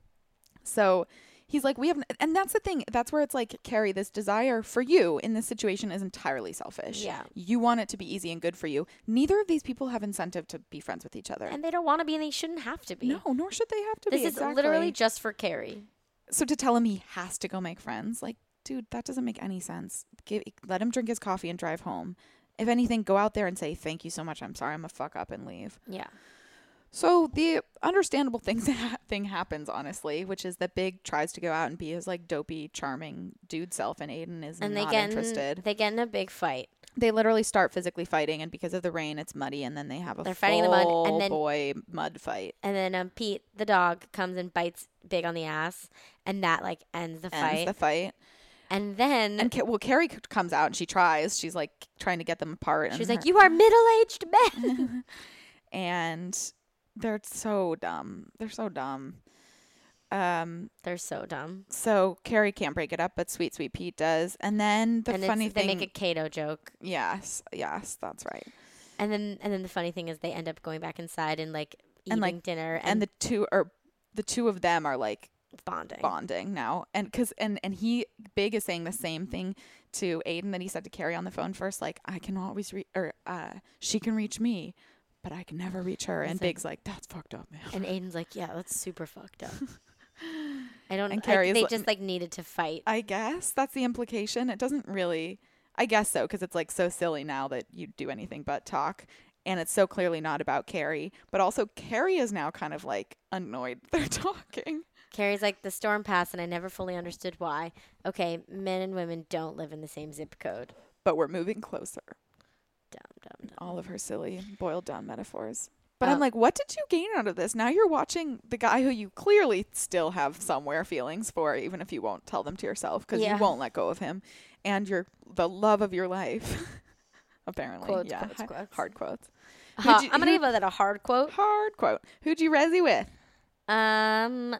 [SPEAKER 4] so he's like, we haven't, and that's the thing. That's where it's like, Carrie, this desire for you in this situation is entirely selfish.
[SPEAKER 3] Yeah.
[SPEAKER 4] You want it to be easy and good for you. Neither of these people have incentive to be friends with each other.
[SPEAKER 3] And they don't want to be, and they shouldn't have to be.
[SPEAKER 4] no, nor should they have to
[SPEAKER 3] This
[SPEAKER 4] be.
[SPEAKER 3] is literally
[SPEAKER 4] exactly.
[SPEAKER 3] just for Carrie.
[SPEAKER 4] so to tell him he has to go make friends, like, dude, that doesn't make any sense. Give, let him drink his coffee and drive home. If anything, go out there and say, thank you so much. I'm sorry. I'm a fuck up and leave.
[SPEAKER 3] Yeah.
[SPEAKER 4] So the understandable things thing happens, honestly, which is that Big tries to go out and be his like dopey, charming dude self, and Aiden is
[SPEAKER 3] And
[SPEAKER 4] not
[SPEAKER 3] they get
[SPEAKER 4] interested.
[SPEAKER 3] In, they get in a big fight.
[SPEAKER 4] they literally start physically fighting, and because of the rain, it's muddy, and then they have a
[SPEAKER 3] They're fighting in the mud, and
[SPEAKER 4] full
[SPEAKER 3] then-
[SPEAKER 4] boy mud fight.
[SPEAKER 3] And then um, Pete, the dog, comes and bites Big on the ass, and that like ends the
[SPEAKER 4] Ends
[SPEAKER 3] fight.
[SPEAKER 4] the fight,
[SPEAKER 3] and then
[SPEAKER 4] and Ca- well, Carrie c- comes out and she tries. She's like trying to get them apart. and
[SPEAKER 3] she's like,
[SPEAKER 4] her-
[SPEAKER 3] "You are middle-aged men."
[SPEAKER 4] and they're so dumb. They're so dumb. Um,
[SPEAKER 3] They're so dumb.
[SPEAKER 4] so Carrie can't break it up, but sweet, sweet Pete does. And then the
[SPEAKER 3] and
[SPEAKER 4] funny
[SPEAKER 3] it's,
[SPEAKER 4] thing
[SPEAKER 3] they make a Kato joke,
[SPEAKER 4] Yes, yes, that's right.
[SPEAKER 3] and then and then the funny thing is they end up going back inside and like eating
[SPEAKER 4] And, like-
[SPEAKER 3] dinner
[SPEAKER 4] And,
[SPEAKER 3] and,
[SPEAKER 4] the two are the two of them are like
[SPEAKER 3] bonding.
[SPEAKER 4] bonding now, and because and and he Big is saying the same thing to Aiden that he said to Carrie on the phone first, like I can always reach or uh, she can reach me, but I can never reach her. And
[SPEAKER 3] Listen.
[SPEAKER 4] Big's like that's fucked up, man.
[SPEAKER 3] And Aiden's like, "Yeah, that's super fucked up." I don't.
[SPEAKER 4] And
[SPEAKER 3] I,
[SPEAKER 4] Carrie's
[SPEAKER 3] think they
[SPEAKER 4] like-
[SPEAKER 3] just like needed to fight.
[SPEAKER 4] I guess that's the implication. It doesn't really, I guess so, because it's like so silly now that you do anything but talk. And it's so clearly not about Carrie, but also Carrie is now kind of like annoyed they're talking.
[SPEAKER 3] Carrie's like, "The storm passed, and I never fully understood why." Okay, men and women don't live in the same zip code.
[SPEAKER 4] But we're moving closer.
[SPEAKER 3] Dumb, dumb, dumb.
[SPEAKER 4] All of her silly, boiled down metaphors. But
[SPEAKER 3] Uh,
[SPEAKER 4] I'm like, what did you gain out of this? Now you're watching the guy who you clearly still have somewhere feelings for, even if you won't tell them to yourself because
[SPEAKER 3] Yeah.
[SPEAKER 4] you won't let go of him. and your the love of your life. Apparently,
[SPEAKER 3] Quotes,
[SPEAKER 4] yeah,
[SPEAKER 3] quotes,
[SPEAKER 4] hi-
[SPEAKER 3] quotes.
[SPEAKER 4] hard quotes.
[SPEAKER 3] Huh,
[SPEAKER 4] you-
[SPEAKER 3] I'm gonna
[SPEAKER 4] who-
[SPEAKER 3] give that a hard quote.
[SPEAKER 4] Hard quote. Who'd you resi with?
[SPEAKER 3] Um,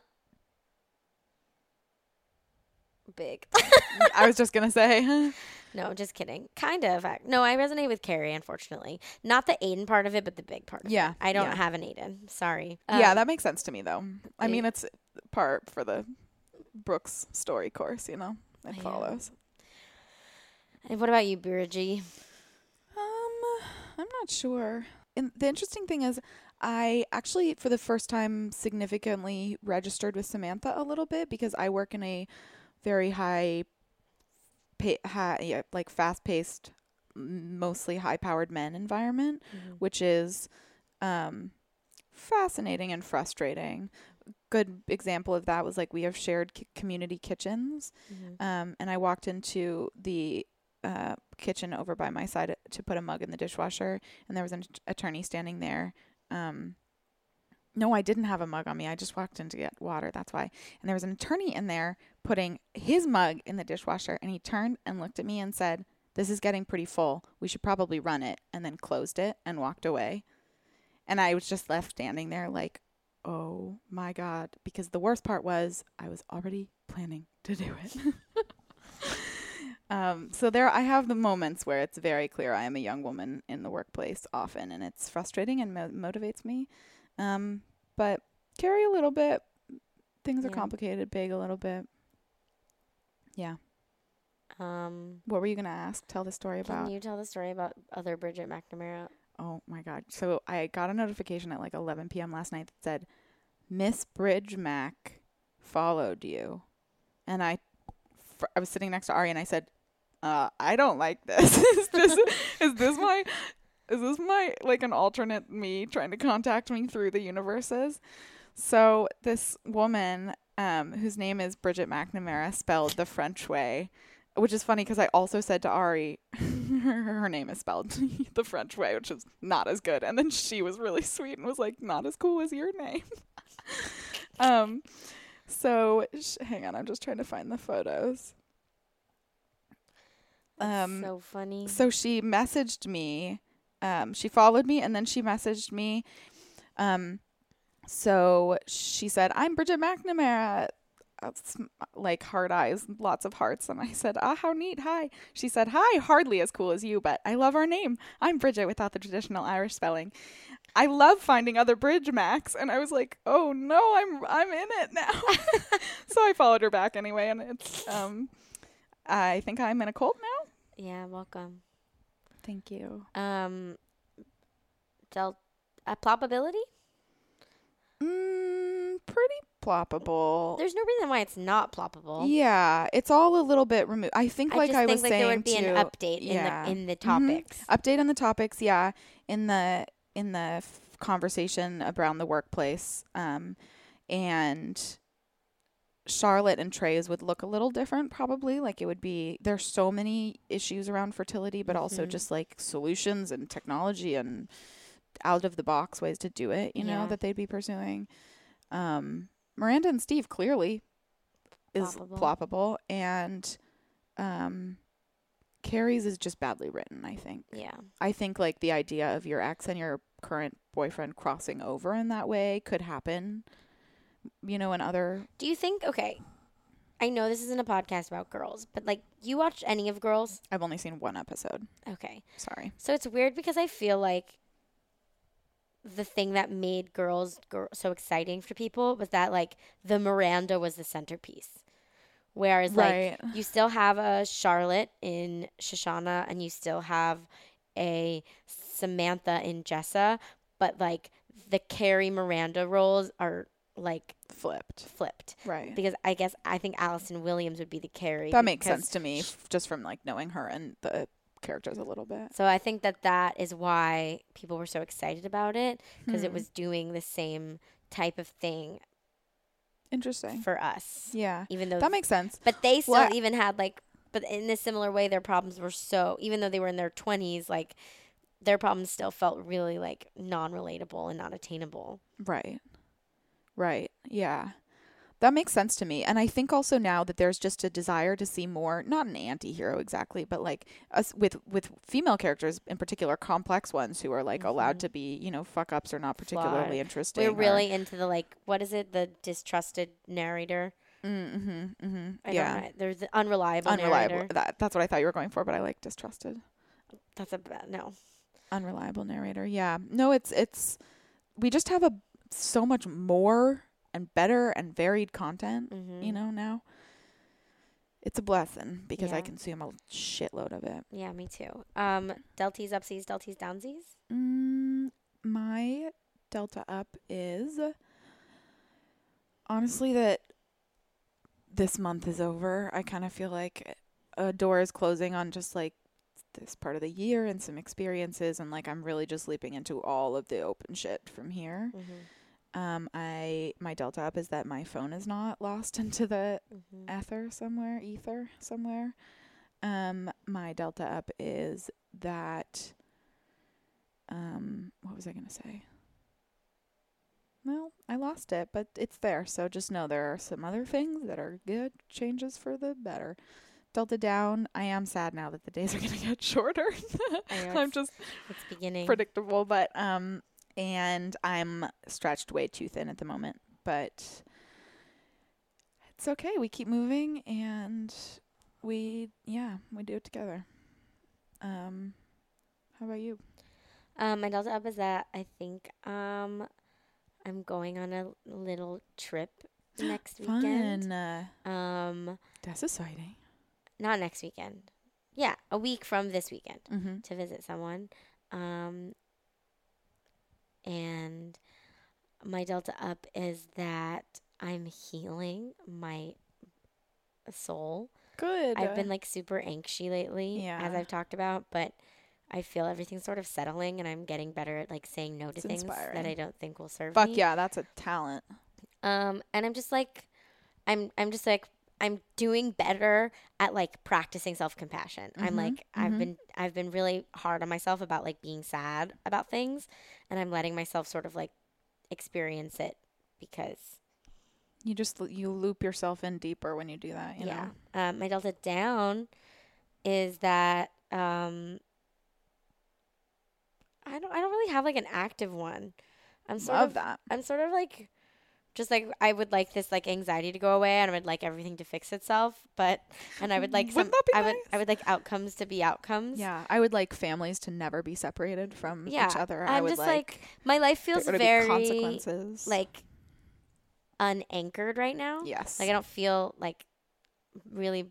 [SPEAKER 3] big.
[SPEAKER 4] I was just gonna say.
[SPEAKER 3] no, just kidding. Kind of. ac- No, I resonate with Carrie. Unfortunately, not the Aiden part of it, but the big part. Of it.
[SPEAKER 4] Yeah,
[SPEAKER 3] I don't
[SPEAKER 4] yeah.
[SPEAKER 3] have an Aiden. Sorry.
[SPEAKER 4] yeah,
[SPEAKER 3] Um,
[SPEAKER 4] that makes sense to me though. I
[SPEAKER 3] it-
[SPEAKER 4] mean, it's part for the Brooks story course, you know. It
[SPEAKER 3] Yeah.
[SPEAKER 4] follows.
[SPEAKER 3] And what about you, Birgie?
[SPEAKER 4] Um, I'm not sure. And the interesting thing is, I actually, for the first time, significantly registered with Samantha a little bit because I work in a very high, pay, high yeah, like fast paced, mostly high powered men environment, which is um, fascinating and frustrating. Good example of that was like we have shared c- community kitchens, um, and I walked into the uh, kitchen over by my side to put a mug in the dishwasher, and there was an attorney standing there. Um, no, I didn't have a mug on me. I just walked in to get water. That's why. And there was an attorney in there putting his mug in the dishwasher, and he turned and looked at me and said, "This is getting pretty full. We should probably run it." And then closed it and walked away. And I was just left standing there like, "Oh my god!" Because the worst part was I was already planning to do it. Um, so there, I have the moments where it's very clear I am a young woman in the workplace often, and it's frustrating and mo- motivates me. Um, but carry a little bit. Things are
[SPEAKER 3] Yeah.
[SPEAKER 4] complicated. Big a little bit. Yeah.
[SPEAKER 3] Um,
[SPEAKER 4] What were you gonna ask? Tell the story about.
[SPEAKER 3] can you tell the story about other Bridget McNamara?
[SPEAKER 4] oh my god! So I got a notification at like 11 p.m. last night that said Miss Bridge Mac followed you, and I, fr- I was sitting next to Ari, and I said, uh, "I don't like this. is this is this my." Is this my like an alternate me trying to contact me through the universes? So this woman, um, whose name is Bridget McNamara, spelled the French way, which is funny because I also said to Ari, her, her name is spelled the French way, which is not as good. And then she was really sweet and was like, "Not as cool as your name." um, so sh- hang on, I'm just trying to find the photos.
[SPEAKER 3] That's so funny.
[SPEAKER 4] Um, So she messaged me. Um, she followed me and then she messaged me. Um, so she said, I'm Bridget McNamara. That's m- like hard eyes, lots of hearts. And I said, Ah, how neat. Hi. She said, Hi, hardly as cool as you, but I love our name. I'm Bridget without the traditional Irish spelling. I love finding other bridge max and I was like, "Oh no, I'm I'm in it now." so I followed her back anyway and it's um I think I'm in a cult now.
[SPEAKER 3] yeah, welcome.
[SPEAKER 4] Thank you.
[SPEAKER 3] Um, del- uh, probability?
[SPEAKER 4] Mm, pretty ploppable.
[SPEAKER 3] There's no reason why it's not ploppable.
[SPEAKER 4] yeah, it's all a little bit removed. I think,
[SPEAKER 3] I
[SPEAKER 4] like
[SPEAKER 3] just
[SPEAKER 4] I
[SPEAKER 3] think
[SPEAKER 4] was
[SPEAKER 3] like
[SPEAKER 4] saying,
[SPEAKER 3] there would be
[SPEAKER 4] too,
[SPEAKER 3] an update
[SPEAKER 4] yeah.
[SPEAKER 3] in the in the
[SPEAKER 4] Mhm.
[SPEAKER 3] topics.
[SPEAKER 4] Update on the topics, yeah. In the in the f- conversation around the workplace, um, and Charlotte and Trey's would look a little different, probably. Like it would be there's so many issues around fertility, but
[SPEAKER 3] Mm-hmm.
[SPEAKER 4] also just like solutions and technology and out of the box ways to do it. You
[SPEAKER 3] Yeah.
[SPEAKER 4] know that they'd be pursuing. Um, Miranda and Steve clearly is
[SPEAKER 3] Ploppable.
[SPEAKER 4] ploppable, and um, Carrie's is just badly written. I think.
[SPEAKER 3] Yeah.
[SPEAKER 4] I think like the idea of your ex and your current boyfriend crossing over in that way could happen. You know, in other
[SPEAKER 3] Do you think okay? I know this isn't a podcast about girls, but like you watched any of Girls?
[SPEAKER 4] I've only seen one episode.
[SPEAKER 3] Okay.
[SPEAKER 4] Sorry.
[SPEAKER 3] So it's weird because I feel like the thing that made girls gir- so exciting for people was that like the Miranda was the centerpiece. Whereas
[SPEAKER 4] Right.
[SPEAKER 3] like you still have a Charlotte in Shoshana and you still have a Samantha in Jessa, but like the Carrie Miranda roles are like
[SPEAKER 4] Flipped.
[SPEAKER 3] flipped.
[SPEAKER 4] Right.
[SPEAKER 3] Because I guess I think Allison Williams would be the Carrie.
[SPEAKER 4] That makes
[SPEAKER 3] because
[SPEAKER 4] sense to me f- just from like knowing her and the characters a little bit.
[SPEAKER 3] So I think that that is why people were so excited about it because it
[SPEAKER 4] Hmm.
[SPEAKER 3] was doing the same type of thing
[SPEAKER 4] Interesting.
[SPEAKER 3] for us.
[SPEAKER 4] Yeah.
[SPEAKER 3] Even though
[SPEAKER 4] That makes sense.
[SPEAKER 3] but they still
[SPEAKER 4] Well, I-
[SPEAKER 3] even had like but in a similar way their problems were so even though they were in their 20s like their problems still felt really like non-relatable and not attainable.
[SPEAKER 4] Right. Right. Yeah. That makes sense to me. And I think also now that there's just a desire to see more, not an anti-hero exactly, but like us with with female characters in particular, complex ones who are like allowed to be, you know, fuck ups or not particularly
[SPEAKER 3] Mm-hmm. Flawed.
[SPEAKER 4] interesting.
[SPEAKER 3] We're really into the like, what is it? The distrusted narrator.
[SPEAKER 4] mm-hmm, mm-hmm.
[SPEAKER 3] I don't
[SPEAKER 4] yeah.
[SPEAKER 3] know. There's the unreliable.
[SPEAKER 4] Unreliable.
[SPEAKER 3] narrator.
[SPEAKER 4] That, that's what I thought you were going for, but I like distrusted.
[SPEAKER 3] That's a bad no.
[SPEAKER 4] unreliable narrator yeah no it's it's we just have a so much more and better and varied content
[SPEAKER 3] Mm-hmm.
[SPEAKER 4] you know now it's a blessing because i
[SPEAKER 3] Yeah.
[SPEAKER 4] consume a shitload of it
[SPEAKER 3] Yeah, me too. Um, delties upsies, delties downsies.
[SPEAKER 4] mm, my delta up is honestly that this month is over i kind of feel like a door is closing on just like this part of the year and some experiences and like i'm really just leaping into all of the open shit from here um i my delta up is that my phone is not lost into the
[SPEAKER 3] Mm-hmm.
[SPEAKER 4] ether somewhere ether somewhere um my delta up is that um what was i going to say well i lost it but it's there so just know there are some other things that are good changes for the better delta down i am sad now that the days are going to get shorter
[SPEAKER 3] I know,
[SPEAKER 4] i'm
[SPEAKER 3] it's-
[SPEAKER 4] just
[SPEAKER 3] It's beginning.
[SPEAKER 4] predictable, but um, and I'm stretched way too thin at the moment, but it's okay. We keep moving, and we yeah, we do it together. Um, how about you?
[SPEAKER 3] um, my delta up is that I think um, I'm going on a little trip next weekend.
[SPEAKER 4] Fun. Uh,
[SPEAKER 3] Um,
[SPEAKER 4] that's exciting.
[SPEAKER 3] not next weekend. Yeah, a week from this weekend.
[SPEAKER 4] Mm-hmm.
[SPEAKER 3] to visit someone. Um, and my Delta up is that I'm healing my soul.
[SPEAKER 4] Good.
[SPEAKER 3] I've been like super anxious lately, as
[SPEAKER 4] Yeah.
[SPEAKER 3] I've talked about, but I feel everything's sort of settling and I'm getting better at like saying no to
[SPEAKER 4] It's
[SPEAKER 3] things that I
[SPEAKER 4] inspiring.
[SPEAKER 3] don't think will serve
[SPEAKER 4] fuck
[SPEAKER 3] me.
[SPEAKER 4] yeah, that's a talent.
[SPEAKER 3] Um, and I'm just like, I'm I'm just like I'm doing better at like practicing self compassion.
[SPEAKER 4] Mm-hmm,
[SPEAKER 3] I'm like I've been I've been really hard on myself about like being sad about things, and I'm letting myself sort of like experience it because
[SPEAKER 4] You just l- you loop yourself in deeper when you do that. You
[SPEAKER 3] yeah.
[SPEAKER 4] know.
[SPEAKER 3] Um, my delta down is that um, I don't I don't really have like an active one. I'm sort
[SPEAKER 4] Love
[SPEAKER 3] of
[SPEAKER 4] that.
[SPEAKER 3] I'm sort of like just like I would like this like anxiety to go away and I would like everything to fix itself, but and I would like some
[SPEAKER 4] Wouldn't that be
[SPEAKER 3] I would I
[SPEAKER 4] nice?
[SPEAKER 3] would like outcomes to be outcomes.
[SPEAKER 4] Yeah, I would like families to never be separated from
[SPEAKER 3] Yeah.
[SPEAKER 4] each other. I
[SPEAKER 3] I'm
[SPEAKER 4] would
[SPEAKER 3] just
[SPEAKER 4] like,
[SPEAKER 3] like, my life
[SPEAKER 4] there
[SPEAKER 3] feels
[SPEAKER 4] to be
[SPEAKER 3] very
[SPEAKER 4] consequences.
[SPEAKER 3] like unanchored right now.
[SPEAKER 4] Yes.
[SPEAKER 3] Like I don't feel like really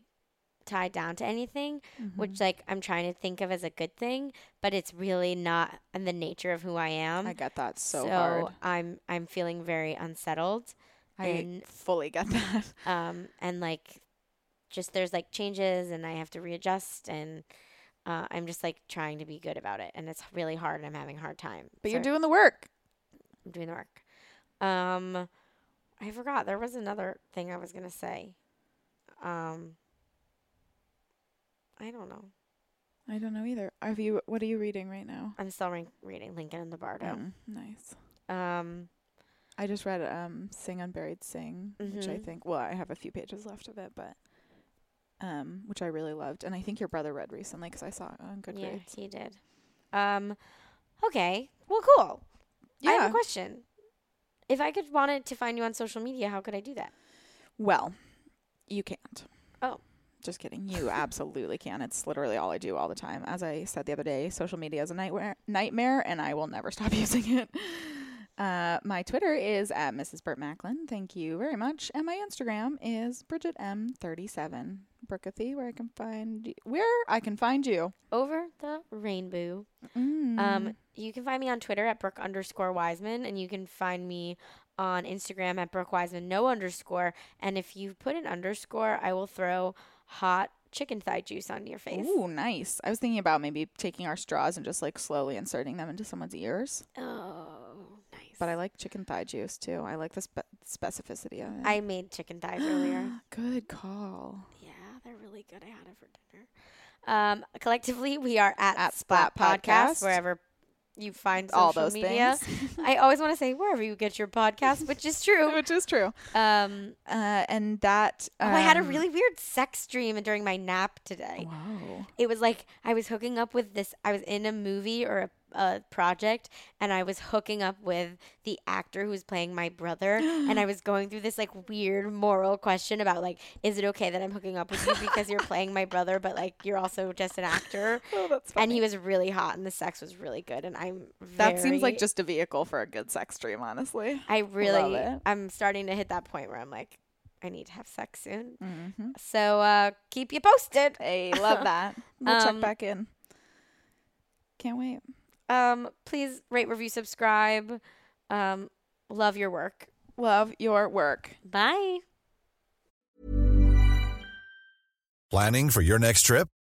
[SPEAKER 3] tied down to anything, which
[SPEAKER 4] Mm-hmm.
[SPEAKER 3] like I'm trying to think of as a good thing, but it's really not in the nature of who I am.
[SPEAKER 4] I get that so, hard.
[SPEAKER 3] I'm I'm feeling very unsettled.
[SPEAKER 4] I
[SPEAKER 3] and-
[SPEAKER 4] fully get that.
[SPEAKER 3] um, and like just there's like changes and I have to readjust and uh, I'm just like trying to be good about it and it's really hard and I'm having a hard time.
[SPEAKER 4] But you're
[SPEAKER 3] So
[SPEAKER 4] doing the work.
[SPEAKER 3] I'm doing the work. Um, I forgot there was another thing I was gonna say. Um, I don't know.
[SPEAKER 4] I don't know either. Have you? What are you reading right now?
[SPEAKER 3] I'm still re- reading Lincoln and the Bardo.
[SPEAKER 4] Mm, nice.
[SPEAKER 3] Um,
[SPEAKER 4] I just read um "Sing Unburied Sing," which I
[SPEAKER 3] Mhm.
[SPEAKER 4] think. Well, I have a few pages left of it, but um, which I really loved, and I think your brother read recently because I saw it on
[SPEAKER 3] yeah,
[SPEAKER 4] Goodreads.
[SPEAKER 3] he did. Um, okay. Well, cool. I have a question. If I could wanted to find you on social media, how could I do that?
[SPEAKER 4] Well, you can't.
[SPEAKER 3] Oh.
[SPEAKER 4] Just kidding. You absolutely can. It's literally all I do all the time. As I said the other day, social media is a nightmare, nightmare and I will never stop using it. Uh, my Twitter is at Mrs. Burt Macklin. Thank you very much. And my Instagram is Bridget M37. Brookathy, where I can find y- where I can find you.
[SPEAKER 3] Over the rainbow.
[SPEAKER 4] Mm.
[SPEAKER 3] Um, you can find me on Twitter at Brooke underscore Wiseman, and you can find me on Instagram at Brooke Wiseman no underscore. And if you put an underscore, I will throw hot chicken thigh juice onto your face.
[SPEAKER 4] Ooh, nice. I was thinking about maybe taking our straws and just like slowly inserting them into someone's ears.
[SPEAKER 3] Oh, nice.
[SPEAKER 4] But I like chicken thigh juice too. I like the spe- specificity of it.
[SPEAKER 3] I made chicken thighs earlier.
[SPEAKER 4] Good call.
[SPEAKER 3] Yeah, they're really good. I had it for dinner. Um, collectively, we are at,
[SPEAKER 4] At
[SPEAKER 3] Splat,
[SPEAKER 4] Splat
[SPEAKER 3] Podcast,
[SPEAKER 4] Podcast.
[SPEAKER 3] wherever you find social
[SPEAKER 4] All those
[SPEAKER 3] media.
[SPEAKER 4] things.
[SPEAKER 3] I always want to say wherever you get your podcast, which is true.
[SPEAKER 4] Which is true.
[SPEAKER 3] Um,
[SPEAKER 4] Uh, and that.
[SPEAKER 3] oh, I had a
[SPEAKER 4] um,
[SPEAKER 3] really weird sex dream during my nap today.
[SPEAKER 4] Whoa.
[SPEAKER 3] It was like I was hooking up with this. I was in a movie or a, a project, and I was hooking up with the actor who was playing my brother. and I was going through this like weird moral question about like, is it okay that I'm hooking up with you because you're playing my brother, but like you're also just an actor?
[SPEAKER 4] Oh, that's
[SPEAKER 3] And
[SPEAKER 4] funny.
[SPEAKER 3] he was really hot, and the sex was really good. And I'm
[SPEAKER 4] That seems
[SPEAKER 3] very-
[SPEAKER 4] like just a vehicle for a good sex dream, honestly.
[SPEAKER 3] I really,
[SPEAKER 4] it.
[SPEAKER 3] I'm starting to hit that point where I'm like, I need to have sex soon.
[SPEAKER 4] Mm-hmm.
[SPEAKER 3] So uh, keep you posted.
[SPEAKER 4] Hey, love that. We'll
[SPEAKER 3] Um,
[SPEAKER 4] check back in. Can't wait.
[SPEAKER 3] Um, please rate, review, subscribe. Um, love your work.
[SPEAKER 4] Love your work.
[SPEAKER 3] Bye.
[SPEAKER 5] Planning for your next trip?